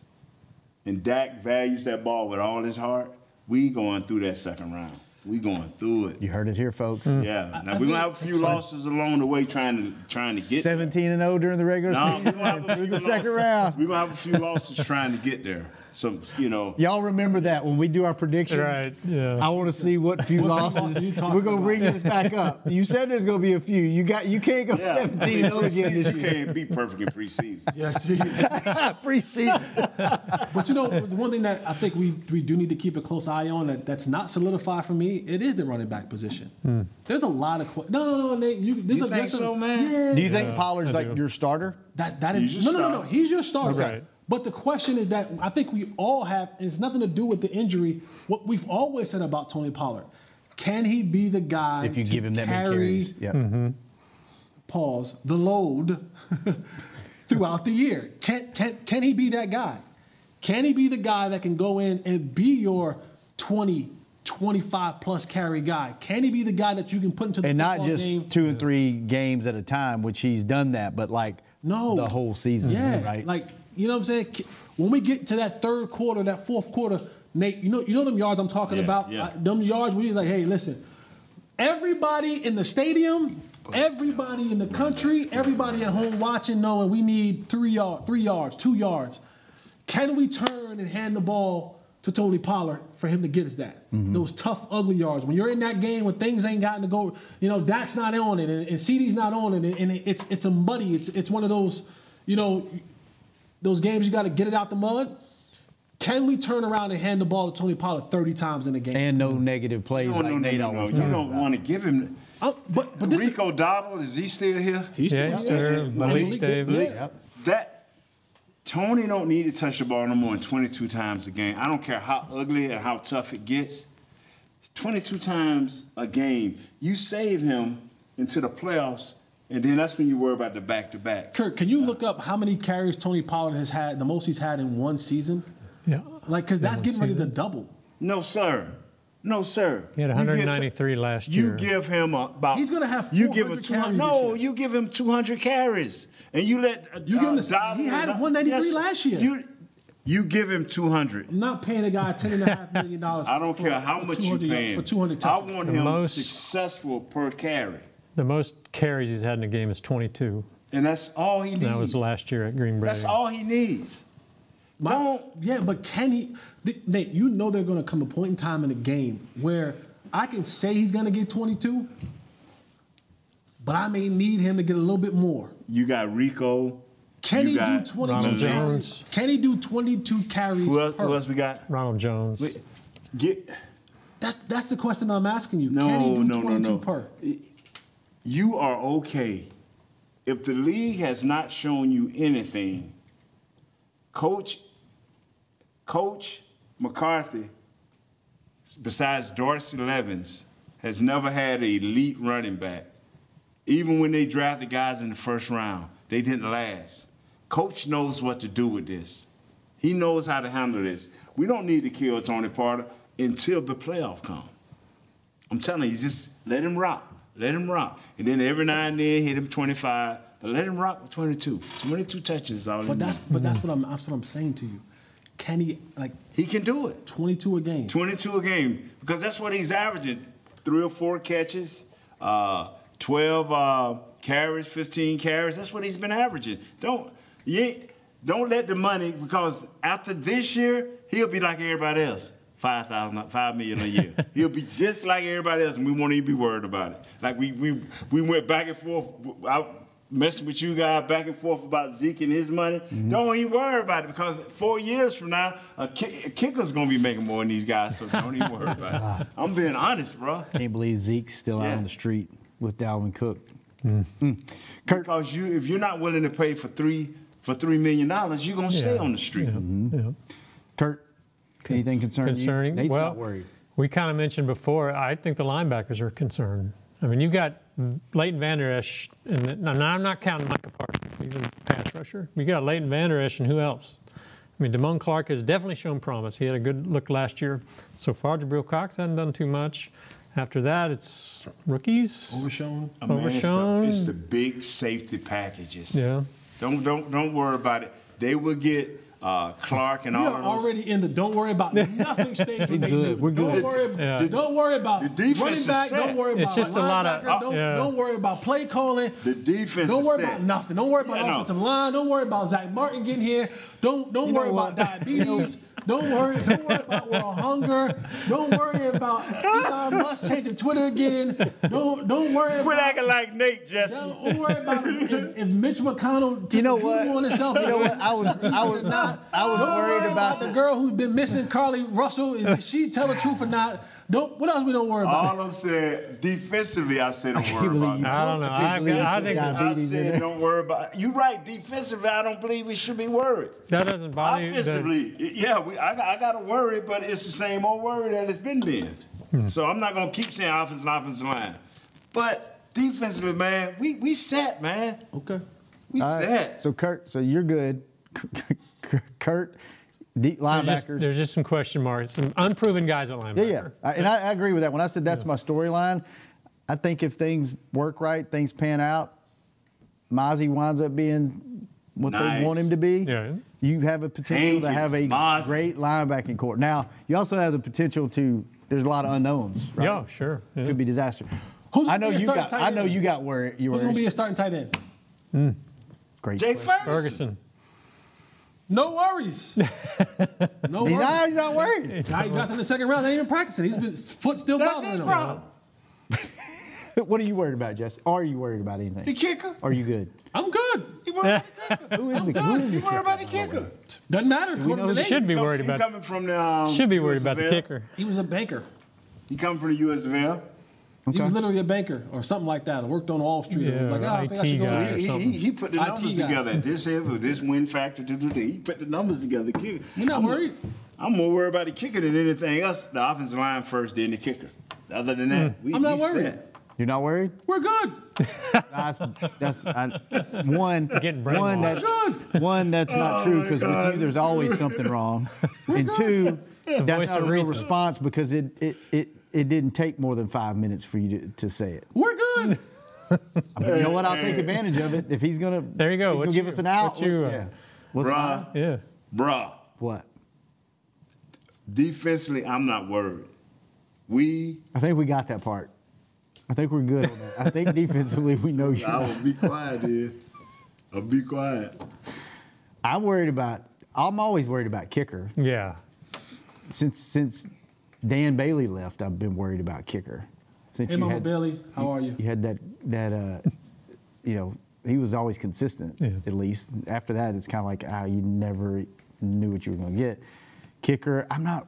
and Dak values that ball with all his heart, we going through that second round. We going through it.
You heard it here, folks.
Yeah. Now we're gonna have a few losses along the way trying to trying to get.
17 and 0 during the regular
No,
season.
we're gonna have a
[LAUGHS] through
few
the second
losses.
round.
We're gonna have a few losses trying to get there. So you know.
Y'all remember that when we do our predictions.
Right,
Yeah.
I want to see what few
What few
losses.
losses you talking
We're gonna bring
about?
this back up. You said there's gonna be a few. You got. You can't go
Yeah, [LAUGHS]
17 and 0 again this
You
year.
can't be perfect in preseason.
[LAUGHS]
Yes.
Preseason.
but you know, the one thing that I think we, we do need to keep a close eye on that, that's not solidified for me, it is the running back position.
Hmm.
There's a lot of que- no, no, no, Nate. You, there's
You
a,
think
there's a-
so, man?
Yeah.
Do you think Yeah, Pollard's I like do. your starter?
That that
He's
is no,
your
no, no, no.
starter.
He's your starter.
Okay.
But the question is that I think we all have, and it's nothing to do with the injury. What we've always said about Tony Pollard, can he be the guy
If you
to
give him that many
carry,
carries, yeah.
pause the load [LAUGHS] throughout the year? Can can can he be that guy? Can he be the guy that can go in and be your 20, 25 plus carry guy? Can he be the guy that you can put into the
And not
football
just
game?
two and three games at a time, which he's done that, but like no, the whole season,
Yeah,
right?
like you know what I'm saying. K- When we get to that third quarter, that fourth quarter, Nate, you know, you know them yards I'm talking
Yeah,
about.
yeah.
Uh, them yards where he's like, hey, listen, everybody in the stadium, everybody in the country, everybody at home watching, knowing we need three yard, three yards, two yards. Can we turn and hand the ball to Tony Pollard for him to get us that?
Mm-hmm.
Those tough, ugly yards. When you're in that game when things ain't gotten to go, you know, Dak's not on it and, and CD's not on it, and, and it's it's a muddy. It's it's one of those, you know, those games you got to get it out the mud. Can we turn around and hand the ball to Tony Pollard 30 times in a game?
And no negative plays
No,
like
no, no,
Nate
no,
always.
no. You don't
want to give him.
Oh, but but
this Rico Dottle is he still here?
He's still Yeah, he's here. still here. Malik Davis. Yeah.
That Tony don't need to touch the ball no more than 22 times a game. I don't care how ugly and how tough it gets. 22 times a game, you save him into the playoffs, and then that's when you worry about the back-to-back.
Kirk, can you look up how many carries Tony Pollard has had, the most he's had in one season?
Yeah.
Like, because that's
one
getting ready to
season.
double.
No, sir. No, sir.
He had
You get to-
193 last
You
year.
give him a- about.
He's gonna have
You give him
400
200
carries
No, you give him 200 carries, and you let. uh, you give him the.
he had 193 last year.
You, you give him 200.
I'm not paying a guy ten and a half million dollars.
[LAUGHS] I don't care how much you pay him.
for 200
I
touches.
want
The
him
most-
successful per carry,
The most carries he's had in a game is 22.
and that's all he needs.
That was last year at Green Bay.
That's all he needs.
My- yeah, but can he? th- Nate, you know there's going to come a point in time in the game where I can say he's going to get 22, but I may need him to get a little bit more.
You got Rico
Can
You
he do
got
22
Ronald
carries?
Jones.
Can he do 22 carries
Who else,
per?
who else we got?
Ronald Jones.
Get
That's that's the question I'm asking you.
no,
Can he do
no,
22
no, no.
per?
You are okay if the league has not shown you anything. Coach, Coach McCarthy, besides Dorsey Levins, has never had an elite running back. Even when they drafted guys in the first round, they didn't last. Coach knows what to do with this. He knows how to handle this. We don't need to kill Tony Parker until the playoff come. I'm telling you, just let him rock. Let him rock. And then every now and then hit him 25, but let him rock with 22. 22 touches is all he
But that's
needs.
but that's what I'm that's what I'm saying to you. Can he like
He can do it.
22 a game?
22 a game because that's what he's averaging three or four catches, uh, 12 uh, carries, 15 carries. That's what he's been averaging. Don't you ain't- don't let the money because after this year he'll be like everybody else. Five thousand, five million a year. He'll be just like everybody else, and we won't even be worried about it. Like we we we went back and forth. I messing with you guys back and forth about Zeke and his money.
Mm-hmm.
Don't even worry about it because four years from now, a, kick, a kicker's gonna be making more than these guys. So don't even
[LAUGHS]
worry about it. I'm being honest, bro.
Can't believe Zeke's still out
Yeah.
on the street with Dalvin Cook.
Because you, if you're not willing to pay for three for three million dollars, you're gonna stay on the street.
Kurt, anything concerning
concerning.
you? Nate's
well,
not worried.
we kind of mentioned before. I think the linebackers are concerned. I mean, you got Leighton Vander Esch, and and I'm not counting Micah Parsons. He's a pass rusher. You got Leighton Vander Esch, and who else? I mean, Damone Clark has definitely shown promise. He had a good look last year. So far, Jabril Cox hasn't done too much. After that, it's rookies.
Overshown.
I mean, it's the-
Overshown.
It's, the, big safety packages.
Yeah.
Don't don't don't worry about it. They will get uh, Clark and
We
all
are
of those.
already in the don't
[LAUGHS]
worry about nothing stage with Nate
good.
Newton.
We're
Don't
good.
worry,
Yeah.
don't worry about
The defense
running
is
back. Don't
set.
worry about
It's just a lot of-
linebacker, don't,
yeah.
don't worry about play calling.
The defense
Don't
is
worry
set.
about nothing. Don't worry about
Yeah, no.
offensive line. Don't worry about Zach Martin getting here. Don't don't
You know
worry about
what? [LAUGHS]
diabetes. don't worry. Don't worry about world hunger. Don't worry about Elon Musk changing Twitter again. Don't don't worry.
Quit
about,
acting like Nate, Jesse.
don't, don't worry about if, if Mitch McConnell took
You know
the
what?
Google on himself.
You know what? I was-
Should
I was-
or not.
I was
Don't
worried
worry
about
the
the-
girl who's been missing, Carly Russell. Is did she tell the truth or not? Don't. What else we don't worry about?
All I'm saying, defensively, I said [LAUGHS] don't worry
can't
about
believe
it.
I don't know. I,
believe
I
it's
think
the
I
diabetes in
said
there.
don't worry about it. You're right. Defensively, I don't believe we should be worried.
that doesn't bother you. that-
Offensively, yeah, we, I, I got to worry, but it's the same old worry that it's been been.
Hmm.
So I'm not going to keep saying offensive line, offensive line. But defensively, man, we, we set, man.
Oh.
Okay.
We
All right,
set.
So Kurt, so you're good. [LAUGHS] Kurt, deep
There's just,
linebackers.
there's just some question marks, some unproven guys at
yeah,
linebacker.
yeah. I, and I, I agree with that. When I said that's my storyline, I think if things work right, things pan out, Mozzie winds up being what
Nice.
they want him to be.
Yeah.
You have a potential
Thank
to
you,
have a
Mozzie.
great linebacking court. Now, you also have the potential to. There's a lot of unknowns. Right?
Yeah, sure. Yeah.
Could be disaster.
Who's
I
gonna
know
be your
you
starting
got.
tight
I know
end?
you got where you were.
Who's gonna be a starting tight end?
great.
Jake Ferguson.
Ferguson.
[LAUGHS]
No worries. No
He's
worries.
not, he's not worried.
Now he dropped in the second round. They ain't even practicing. He's been his foot still
That's
bothering
his
him.
problem.
[LAUGHS] what are you worried about, Jesse? Are you worried about anything?
The kicker.
Are you
[LAUGHS]
good?
I'm good.
You worry about the
[LAUGHS]
kicker.
Who is the, who
good.
is
You
the
worry
kicker?
about the kicker.
Doesn't matter. According to
know
Nate,
Should be
You come-
worried
you
about.
coming from the um,
Should be worried about the
USFL.
kicker.
he was a banker.
You coming from the USFL?
He was literally a banker or something like that. I worked on Wall Street.
Yeah,
Yeah, like, oh, I think I
IT
should go
guy.
there.
He, he, he put the
IT
numbers
guy.
together. This ever, this win factor, do, do, do. he put the numbers together. Kicker.
You're not
I'm-
worried?
I'm more worried about the kicker than anything else. The offensive line first, then the kicker. Other than that, we,
Hmm. I'm not
we
worried.
set.
You're not worried?
We're good.
That's, that's I, one.
Getting
one
brainwashed.
that's one that's not true
Oh my
because with
God.
you there's always something
[LAUGHS]
wrong, and two,
voice
that's not a
of
real
reason.
response because it it it. It didn't take more than five minutes for you to, to say it. [LAUGHS]
We're good.
I mean, you know what? I'll take advantage of it if he's gonna.
There you
he's
go.
gonna
What's
give
you-
us an out.
what you, uh,
yeah. What's mine?
Bruh,
Yeah.
bruh.
What?
Defensively, I'm not worried. We,
I think we got that part. I think we're good on that. I
[LAUGHS]
think defensively we know you.
I will be quiet here. I'll be quiet.
I'm worried about. I'm always worried about kicker.
Yeah.
Since since Dan Bailey left, I've been worried about kicker. Since
Hey, Mama Bailey, how are you?
you had that that uh, you know he was always consistent. At least after that, it's kind of like ah, you never knew what you were going to get. Kicker, I'm not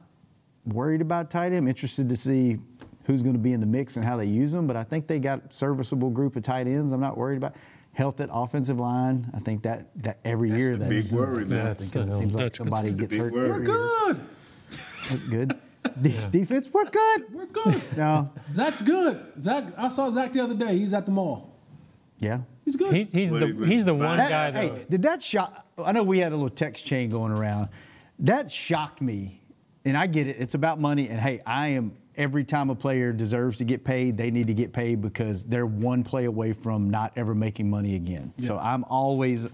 worried about tight end. I'm interested to see who's going to be in the mix and how they use them. But I think they got serviceable group of tight ends. I'm not worried about health at offensive line. I think that that every
That's
year
the
that
big worry, man.
I think it seems like
That's
somebody
the
gets
big
hurt.
worry. We're
good.
That's
[LAUGHS]
good. De- Defense, we're good.
We're good.
no,
Zach's good. Zach, I saw Zach the other day. He's at the mall.
Yeah.
He's good.
He's, he's the he's the one
That-
guy that.
Hey, did that shock? I know we had a little text chain going around. That shocked me, and I get it. It's about money, and hey, I am. Every time a player deserves to get paid, they need to get paid because they're one play away from not ever making money again. So I'm always,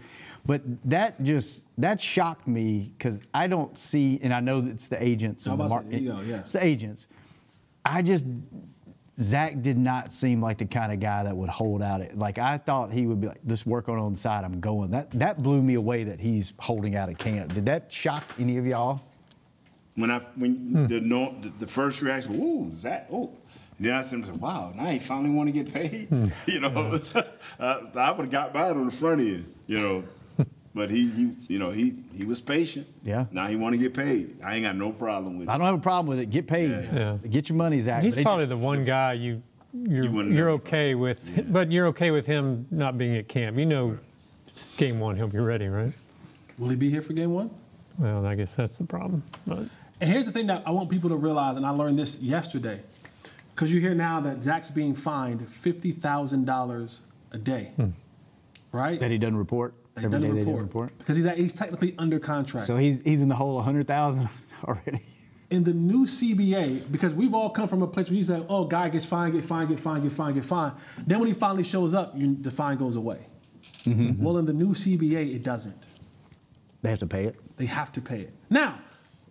but that just that shocked me because I don't see, and I know that it's the agents
I
and the
was about to say,
market.
you know, yeah.
It's the agents. I just Zach did not seem like the kind of guy that would hold out. It like I thought he would be like, just work on on the side. I'm going. That that blew me away that he's holding out at camp. Did that shock any of y'all?
When I when
Hmm.
the, no, the the first reaction, ooh, Zach, oh. And then I said, wow, now he finally want to get paid.
Hmm.
[LAUGHS] you know, uh, I would have got mine on the front end, you know.
[LAUGHS]
But he, he, you know, he he was patient.
Yeah.
Now he want to get paid. I ain't got no problem with it.
I don't have a problem with it. Get paid.
Yeah.
Get your money, Zach.
He's
But it
probably the one guy you you're,
wouldn't
you are okay with, but you're okay with him not being at camp. You know, it's game one he'll be ready, right?
Will he be here for game one?
Well, I guess that's the problem. But
And here's the thing that I want people to realize, and I learned this yesterday, because you hear now that Zach's being fined fifty thousand dollars a day,
Hmm.
right?
That he doesn't report.
That he doesn't
day
report. because he's, he's technically under contract.
So he's he's in the hole 100,000 [LAUGHS] already.
in the new CBA, because we've all come from a place where you say, "Oh, guy gets fined, get fined, get fined, get fined, get fined." Then when he finally shows up, you, the fine goes away. Well, in the new CBA, it doesn't.
They have to pay it.
They have to pay it. Now,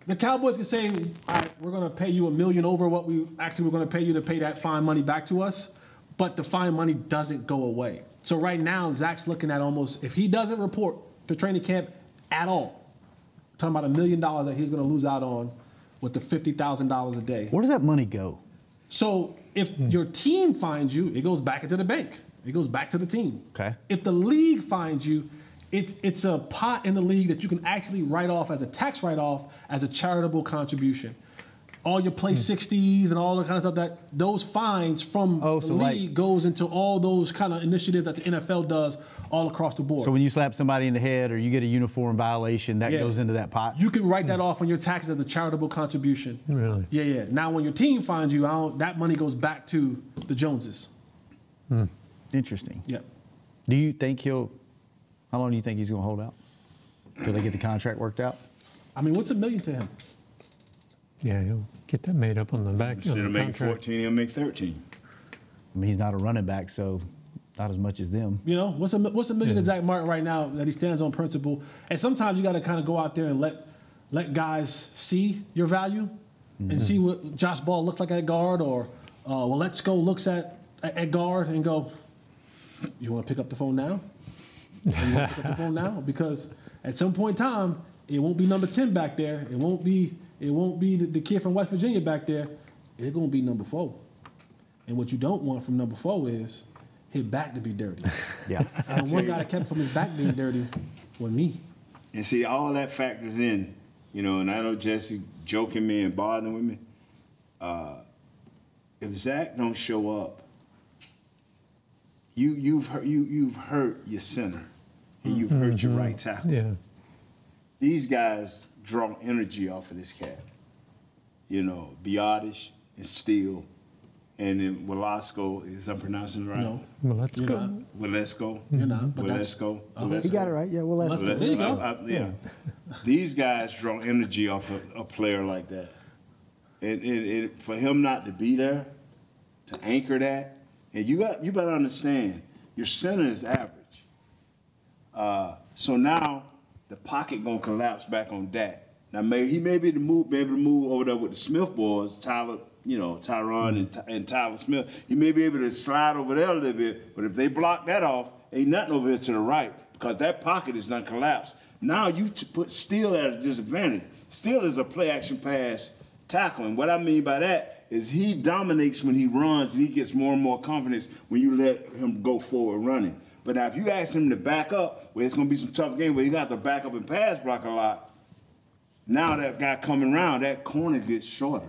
the Cowboys can say, all right, we're going to pay you a million over what we actually were going to pay you to pay that fine money back to us, but the fine money doesn't go away. So right now, Zach's looking at almost, if he doesn't report to training camp at all, talking about a million dollars that he's going to lose out on with the $50,000 a day.
Where does that money go?
So if
Hmm.
your team finds you, it goes back into the bank. It goes back to the team.
Okay.
If the league finds you, it's it's a pot in the league that you can actually write off as a tax write off as a charitable contribution. All your
Hmm.
play 60s and all the kind of stuff that those fines from the
Oh, so like-
league goes into all those kind of initiatives that the NFL does all across the board.
So when you slap somebody in the head or you get a uniform violation, that
Yeah.
goes into that pot.
you can write that off on your taxes as a charitable contribution.
Hmm. Really?
Yeah, yeah. Now when your team finds you, I don't, that money goes back to the Joneses.
Interesting.
Yep.
Do you think he'll? How long do you think he's going to hold out? Till they get the contract worked out?
I mean, what's a million to him?
yeah, he'll get that made up on the back.
Instead
on
of
the
making
contract.
14, he'll make 13.
I mean, he's not a running back, so not as much as them.
You know, what's a what's a million to Zach Martin right now that he stands on principle? And sometimes you got to kind of go out there and let let guys see your value and see what Josh Ball looks like at guard or uh, well, Let's Go looks at, at at guard and go. You want to pick up the phone now? You want to pick up the phone now because at some point in time, it won't be number ten back there. It won't be it won't be the, the kid from West Virginia back there. It's gonna be number four. And what you don't want from number four is his back to be dirty.
[LAUGHS] Yeah.
And the one guy that kept from his back being dirty was me.
And see, all that factors in, you know, and I know Jesse joking me and bothering with me. Uh, if Zach don't show up, you you've hurt you you've hurt your center. And you've hurt
Mm-hmm.
your right tackle.
Yeah.
These guys draw energy off of this cat. You know, Biotish and Steele. And then Velasco, is I'm pronouncing it right?
No.
Velasco.
You're not.
Velasco.
You're not, but that's- Uh-huh.
Velasco.
He got it right. Yeah, well, that's
Well,
There you
that's-
go.
I- I- yeah. These guys draw energy off of a player like that. And, and, and for him not to be there, to anchor that, and you got you better understand, your center is average. Uh, so now the pocket gonna collapse back on Dak. Now may he may be to move, maybe to move over there with the Smith boys, Tyler, you know, Tyron and, Ty- and Tyler Smith. He may be able to slide over there a little bit, but if they block that off, ain't nothing over here to the right because that pocket is not collapsed. Now you t- put Steele at a disadvantage. Steele is a play action pass tackle, and what I mean by that is he dominates when he runs and he gets more and more confidence when you let him go forward running. But now, if you ask him to back up, where it's going to be some tough game where you got to back up and pass block a lot, now that guy coming around, that corner gets shorter.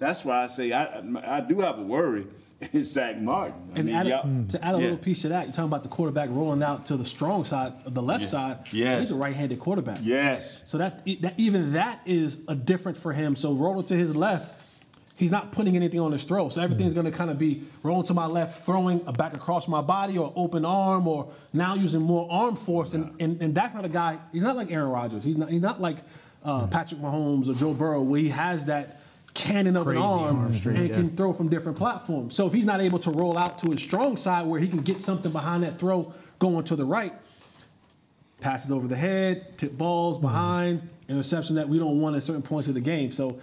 That's why I say I, I do have a worry. [LAUGHS] It's Zach Martin.
and
I
Mm.
mean,
add a-
y'all-
to add a
yeah.
little piece to that, you're talking about the quarterback rolling out to the strong side, of the left
Yeah.
side.
Yes.
He's a right-handed quarterback.
Yes.
So that, that even that is a difference for him. So rolling to his left, he's not putting anything on his throw. So everything's going to kind of be rolling to my left, throwing a back across my body or open arm, or now using more arm force. And, and and that's not a guy. He's not like Aaron Rodgers. He's not. He's not like uh,
Mm-hmm.
Patrick Mahomes or Joe Burrow, where he has that cannon of
Crazy
an arm,
arm strength,
and
yeah.
can throw from different platforms. So if he's not able to roll out to his strong side where he can get something behind that throw going to the right, passes over the head, tip balls behind, interception that we don't want at certain points of the game. So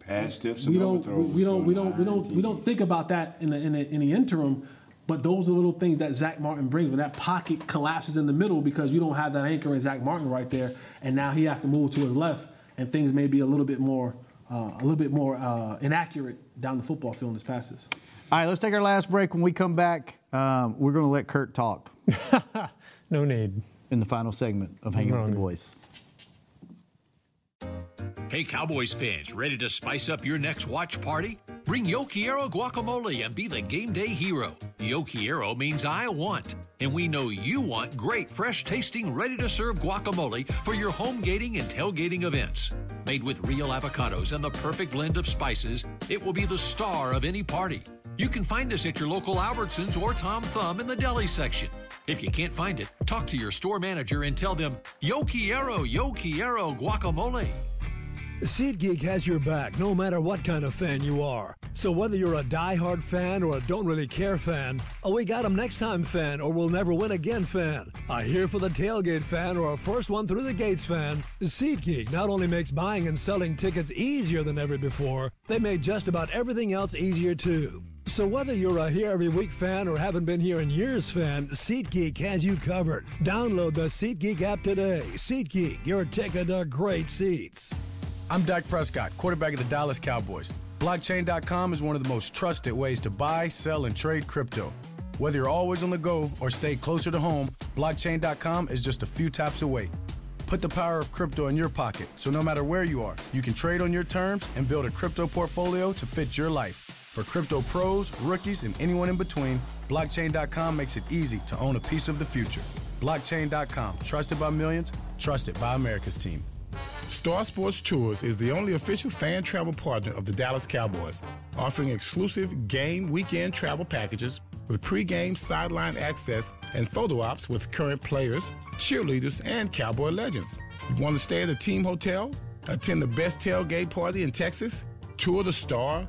Pass tips and
we don't
overthrows.
we don't we
going
don't we don't we don't think about that in the in the, in the interim. But those are little things that Zach Martin brings when that pocket collapses in the middle because you don't have that anchor in Zach Martin right there, and now he has to move to his left, and things may be a little bit more uh, a little bit more uh, inaccurate down the football field in his passes.
All right, let's take our last break. When we come back, um, we're going to let Kurt talk.
[LAUGHS] no need.
In the final segment of Hanging with the Boys.
Hey, Cowboys fans, ready to spice up your next watch party? Bring Yokiero guacamole and be the game day hero. Yokiero means I want, and we know you want great, fresh tasting, ready to serve guacamole for your home gating and tailgating events. Made with real avocados and the perfect blend of spices, it will be the star of any party. You can find us at your local Albertsons or Tom Thumb in the deli section. If you can't find it, talk to your store manager and tell them, Yo Quiero, Yo Quiero Guacamole.
SeatGeek has your back no matter what kind of fan you are. So whether you're a diehard fan or a don't really care fan, a we got 'em next time fan or we'll never win again fan, a here for the tailgate fan or a first one through the gates fan, SeatGeek not only makes buying and selling tickets easier than ever before, they made just about everything else easier too. So whether you're a here every week fan or haven't been here in years fan, SeatGeek has you covered. Download the SeatGeek app today. SeatGeek, your ticket to great seats.
I'm Dak Prescott, quarterback of the Dallas Cowboys. Blockchain.com is one of the most trusted ways to buy, sell, and trade crypto. Whether you're always on the go or stay closer to home, blockchain.com is just a few taps away. Put the power of crypto in your pocket so no matter where you are, you can trade on your terms and build a crypto portfolio to fit your life. For crypto pros, rookies, and anyone in between, blockchain.com makes it easy to own a piece of the future. Blockchain.com, trusted by millions, trusted by America's team.
Star Sports Tours is the only official fan travel partner of the Dallas Cowboys, offering exclusive game weekend travel packages with pregame sideline access and photo ops with current players, cheerleaders, and cowboy legends. You want to stay at a team hotel, attend the best tailgate party in Texas, tour the Star,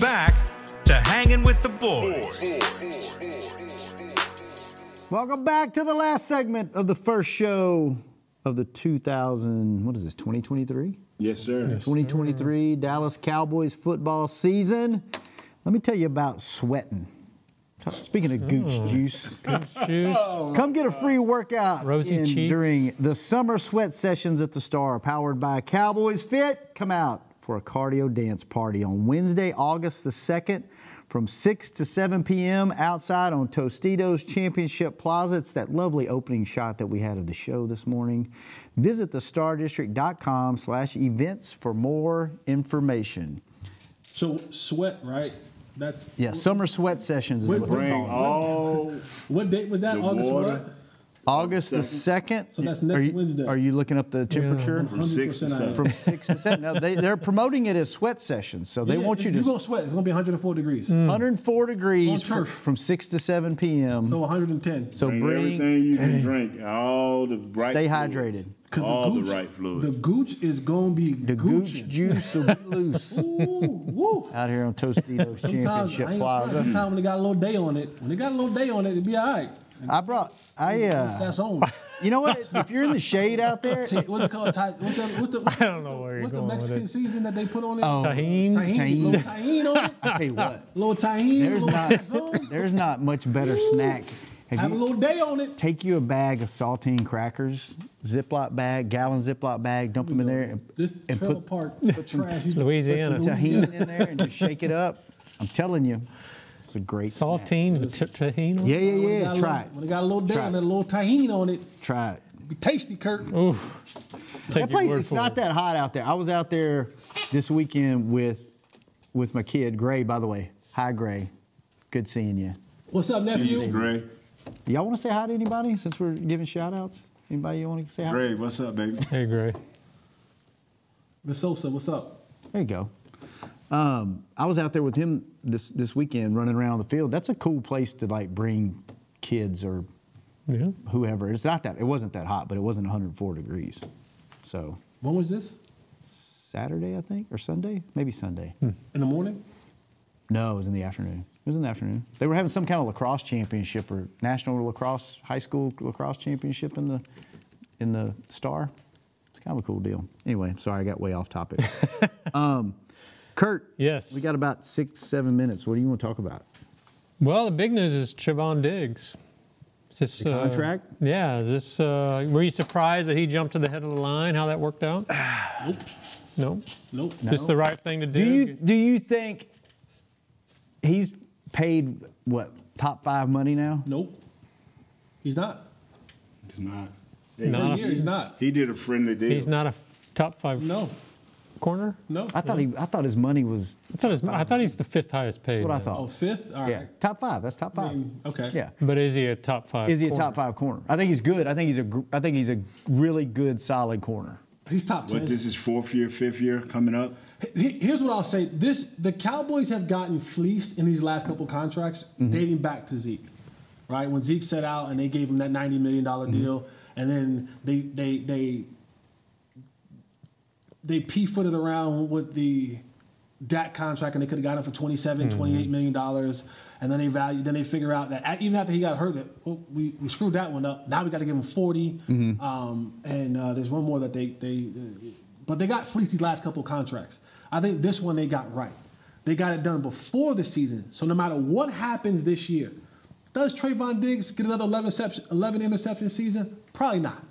Back to Hanging with the Boys.
Welcome back to the last segment of the first show of the 2000, what is this, 2023?
Yes, sir.
2023 Dallas Cowboys football season. Let me tell you about sweating. Talk- Speaking of gooch
Mm.
juice,
Gooch juice.
come get a free workout
Rosy
in
cheeks.
during the summer sweat sessions at the Star, powered by Cowboys Fit. Come out for a cardio dance party on Wednesday, August the 2nd from 6 to 7 p.m. outside on Tostitos Championship Plaza. It's that lovely opening shot that we had of the show this morning. Visit thestardistrict.com slash events for more information.
[LAUGHS] So sweat, right? That's
Yeah, summer sweat sessions is
Wait,
what they
bring
call it.
all What date was that?
The
August
water.
what?
August the second.
So that's
are
next
you,
Wednesday.
Are you looking up the temperature?
From six to 100% seven. I am.
From six to seven. Now they, they're promoting it as sweat sessions, so they
Yeah,
want you to
You're gonna sweat. It's gonna be 104 degrees.
104 degrees
On
from,
turf.
from 6 to 7 p.m.
So 110.
So
Bring
bring-
everything you can drink, all the right.
Stay
fluids.
hydrated.
'Cause
All the,
gooch-
right fluids.
The gooch is gonna be the
gooch juice will be loose. [LAUGHS] out here on Tostitos
Sometimes, I
Championship
ain't
Plaza.
Sometimes when it got a little day on it, when it got a little day on it, it'd be all
[LAUGHS]
right.
I brought, I, uh,
that's on.
You know what? If you're in the shade out there,
Ti- what's it called? Ti- what's the, what's the, what's I don't know where you're What's the
going with
Mexican
it.
season that they put on it?
Oh, Tajin?
Tahine. Little tahine on it.
[LAUGHS] I tell you what,
[LAUGHS] Little tahine.
there's
Little sazon.
not, there's not much better snack. Have
Have a
you-
little day on it.
Take you a bag of saltine crackers, Ziploc bag, gallon Ziploc bag, dump them in there, and,
This
and
trailer
put
park
[LAUGHS]
put trash. You put some
Louisiana.
tahini in there and just shake it up. I'm telling you, it's a great snack.
Saltine with t- tahini.
Yeah, yeah,
When it
yeah.
got a
Try
little-
it.
When it got a little day
Try
on
it.
it, a little tahine on it,
Try it.
be tasty, Kirk.
Oof. Take
That
your
place-
word
it's
for
not
it.
that hot out there. I was out there this weekend with with my kid, Gray, by the way. Hi, Gray. Good seeing you.
What's up, nephew?
Gray,
Y'all want to say hi to anybody since we're giving shout outs? Anybody you want to say hi?
Gray, what's up, baby?
Hey, Gray.
Miss Sosa, what's up?
There you go. Um, I was out there with him this this weekend running around the field. That's a cool place to like bring kids or
Yeah.
whoever. It's not that it wasn't that hot, but it wasn't 104 degrees. So
When was this?
Saturday, I think, or Sunday, maybe Sunday.
In the morning?
No, it was in the afternoon. It was in the afternoon. They were having some kind of lacrosse championship or national lacrosse high school lacrosse championship in the in the star. It's kind of a cool deal. Anyway, sorry I got way off topic. um, Kurt.
Yes.
We got about six, seven minutes. What do you want to talk about?
Well, the big news is Trevon Diggs. Is this,
The contract?
Uh, yeah. Is this? Uh, were you surprised that he jumped to the head of the line? How that
[SIGHS]
worked out?
Nope.
No.
Nope.
It's the right thing to do.
Do you do you think he's paid what top five money now?
Nope. He's not.
It's not.
No.
Here, he's not.
He did a friendly deal.
He's not a top five
No.
corner.
No.
I thought he I thought his money was
I thought, his, I thought he's the fifth highest paid.
that's what I
man.
thought.
Oh, fifth? All right.
yeah, top five. That's top five.
Okay.
Yeah.
But is he a top five?
Is he a
corner?
top five corner? I think he's good. I think he's a. gr- I think he's a really good, solid corner.
He's top ten.
What this is fourth year, fifth year coming up.
He- Here's what I'll say: This the Cowboys have gotten fleeced in these last couple contracts, dating back to Zeke, right? When Zeke set out and they gave him that ninety million dollar deal, and then they they they they p footed around with the Dak contract, and they could have got him for 27, 28 million dollars, and then they value, then they figure out that a- even after he got hurt, that oh, we, we screwed that one up. Now we got to give him 40 um, and uh, there's one more that they they, uh, but they got fleeced these last couple contracts. I think this one they got right. They got it done before the season, so no matter what happens this year, does Trayvon Diggs get another 11 interception, 11 interception season? Probably not,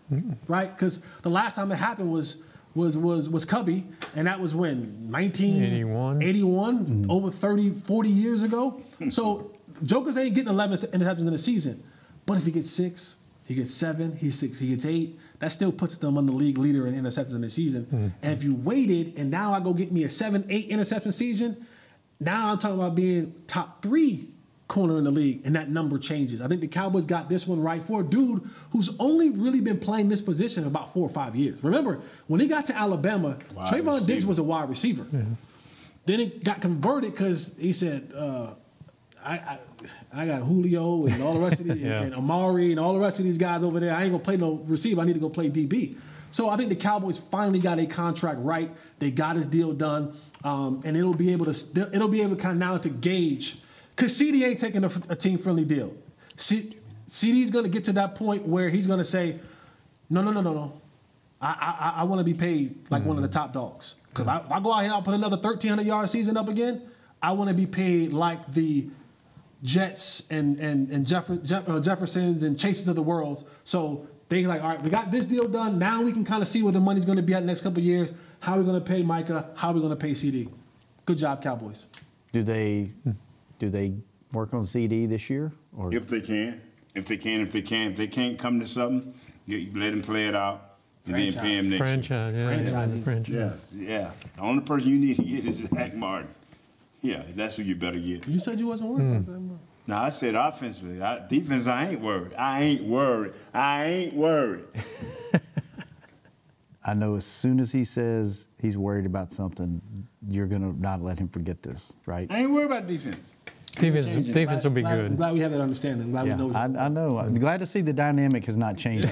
right? Because the last time it happened was was was was Cubby, and that was when 1981,
81.
81, over 30, 40 years ago. so Jokers ain't getting 11 interceptions in a season, but if he gets six, he gets seven, he six, he gets eight. That still puts them on the league leader in interceptions in the season. And if you waited, and now I go get me a seven, eight interception season, now I'm talking about being top three corner in the league, and that number changes. I think the Cowboys got this one right for a dude who's only really been playing this position about four or five years. Remember, when he got to Alabama, Trayvon Diggs was a wide receiver. Then it got converted because he said, uh, I, I, I got Julio and all the rest of these,
Yeah.
and Amari and all the rest of these guys over there. I ain't gonna play no receiver. I need to go play DB. So I think the Cowboys finally got a contract right. They got his deal done, um, and it'll be able to it'll be able to kind of now to gauge because CD ain't taking a, team friendly deal. C, CD's gonna get to that point where he's gonna say, no, no, no, no, no. I, I, I want to be paid like one of the
Mm-hmm.
top dogs. Because if I go out here and I'll put another 1,300 yard season up again, I want to be paid like the Jets and, and, and Jeff, Jeff, uh, Jeffersons and Chases of the world. So they like, all right, we got this deal done. Now we can kind of see where the money's going to be at next couple of years. How we going to pay Micah? How we going to pay CD? Good job, Cowboys.
Uh,
Do they? Do they work on CD this year? Or
If they can, if they can, if they can, if they can't come to something, you you let him play it out and then pay him next.
franchise? Yeah,
Franchise.
Yeah, franchise.
year. Yeah, yeah. The only person you need to get is Zach Martin. Yeah, that's who you better get.
Hmm.
You said you wasn't worried about that.
No, I said offensively. I, defense, I ain't worried. I ain't worried. I ain't worried.
I know as soon as he says he's worried about something, you're going to not let him forget this, right?
I ain't worried about defense.
Defense,
Change it.
defense will be
Glad-
good.
Glad we have that understanding. Glad
Yeah,
we know. what
I, I know. I'm glad to see the dynamic has not changed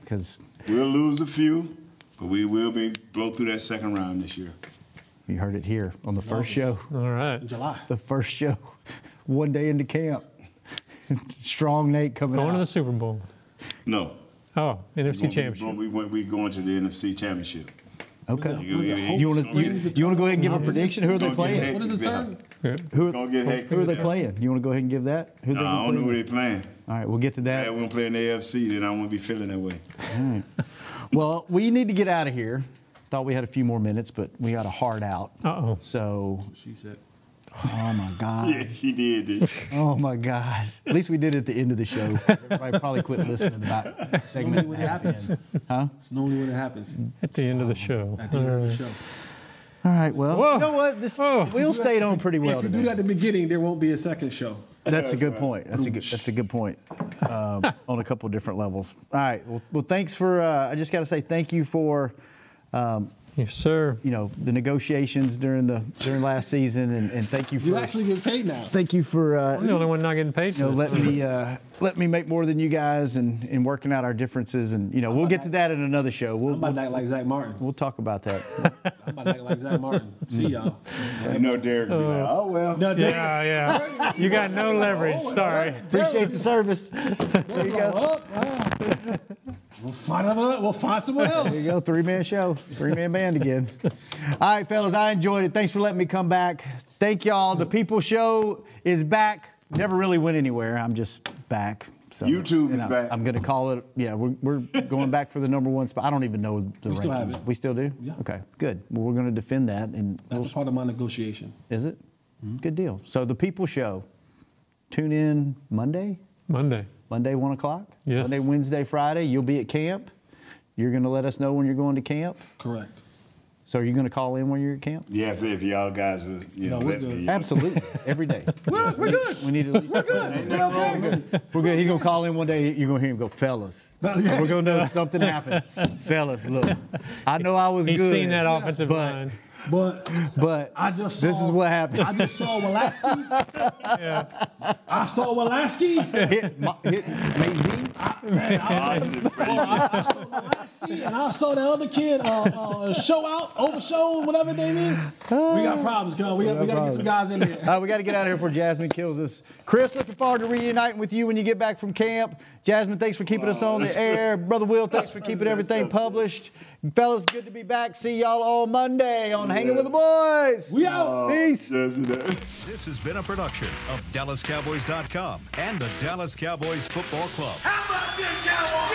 because
We'll lose a few, but we will be blow through that second round this year.
you heard it here on the first show.
All right.
July.
The first show, one day into camp. [LAUGHS] Strong Nate coming
Going
out.
to the Super Bowl.
No.
Oh, NFC
We're gonna-
Championship.
We, we, we going to the NFC Championship.
okay.
You- you- you-
You want to you,
it's
want to go ahead and give a prediction? Who are they
gonna get
playing?
hectic, man.
Who,
It's gonna get hectic.
who are they playing? You want to go ahead and give that? Who
No, I don't know who they playing.
All right, we'll get to that.
If we don't play in the AFC, then I won't be feeling that way.
All right. Well, we need to get out of here. Thought we had a few more minutes, but we got a hard out. Uh
oh.
So.
She said.
Oh my God.
[LAUGHS] Yeah, she did this.
Oh my God! At least we did it at the end of the show. Everybody probably quit listening about a segment.
Normally when
and
it
a half in.
happens.
[LAUGHS] huh?
It's normally when it happens.
At the end of the show.
At the end of the show.
All right. Well,
Whoa.
you know what? This wheel stayed on pretty well
If you
today.
do that at the beginning, there won't be a second show.
That's a good point. That's a good. That's a good point. Um, on a couple different levels. All right. Well, well thanks for. Uh, I just got to say thank you for. Um,
yes, sir.
You know the negotiations during the during last season, and, and thank you for.
You actually get paid now.
thank you for. Uh,
I'm the only one not getting paid
you know,
for this.
let me uh, let me make more than you guys, and and working out our differences, and you know we'll get to that in another show. We'll
I'm about to act like Zach Martin.
we'll talk about that.
I'm about to act like Zach Martin. See y'all.
You know, Derek be like,
Uh,
oh, well.
No,
Yeah, yeah. You got no leverage.
[LAUGHS]
Sorry.
Appreciate the service.
There you go. we'll find another. We'll find someone
There
else.
you go, three man show, three man band again. All right, fellas, I enjoyed it. Thanks for letting me come back. Thank y'all. The People Show is back. Never really went anywhere. I'm just back. So,
YouTube
and
is
I-
back.
I'm gonna call it. Yeah, we're, we're going back for the number one spot. I don't even know the
We
rankings.
still have it.
We still do.
Yeah.
Okay, good. Well, we're gonna defend that. And
That's Mm-hmm. a part of my negotiation.
is it? Good deal. So the People Show. Tune in Monday.
Monday.
Monday, one o'clock.
Yes.
Monday, Wednesday, Friday. You'll be at camp. You're gonna let us know when you're going to camp.
Correct.
So are you going to call in when you're at camp?
Yeah, if, if y'all guys would, you
No,
know,
we're
let
good.
me. [LAUGHS]
Absolutely, every day.
We're, we're good.
We need at least. We're good. We're good. He's gonna call in one day. You're gonna hear him go, fellas. We're gonna know something happened, fellas. Look, I know I was
He's
good.
seen that offensive
but-
line.
But
But
I just
this
saw-
is what happened.
I just
[LAUGHS]
saw Walaski. I saw Walaski.
hit, my, hit Maisie.
I, I saw Walaski, and I saw the other kid uh, uh, show out, over show, whatever they mean. We got problems, girl. We, got, we got to get some guys in here.
Uh, we got to get out of here before Jasmine kills us. Chris, looking forward to reuniting with you when you get back from camp. Jasmine, thanks for keeping us on the air. Brother Will, thanks for keeping everything published. Fellas, good to be back. See y'all on Monday on Hanging with the Boys.
We out.
Peace.
Does it?
This has been a production of DallasCowboys.com and the Dallas Cowboys Football Club.
How about this, Cowboys?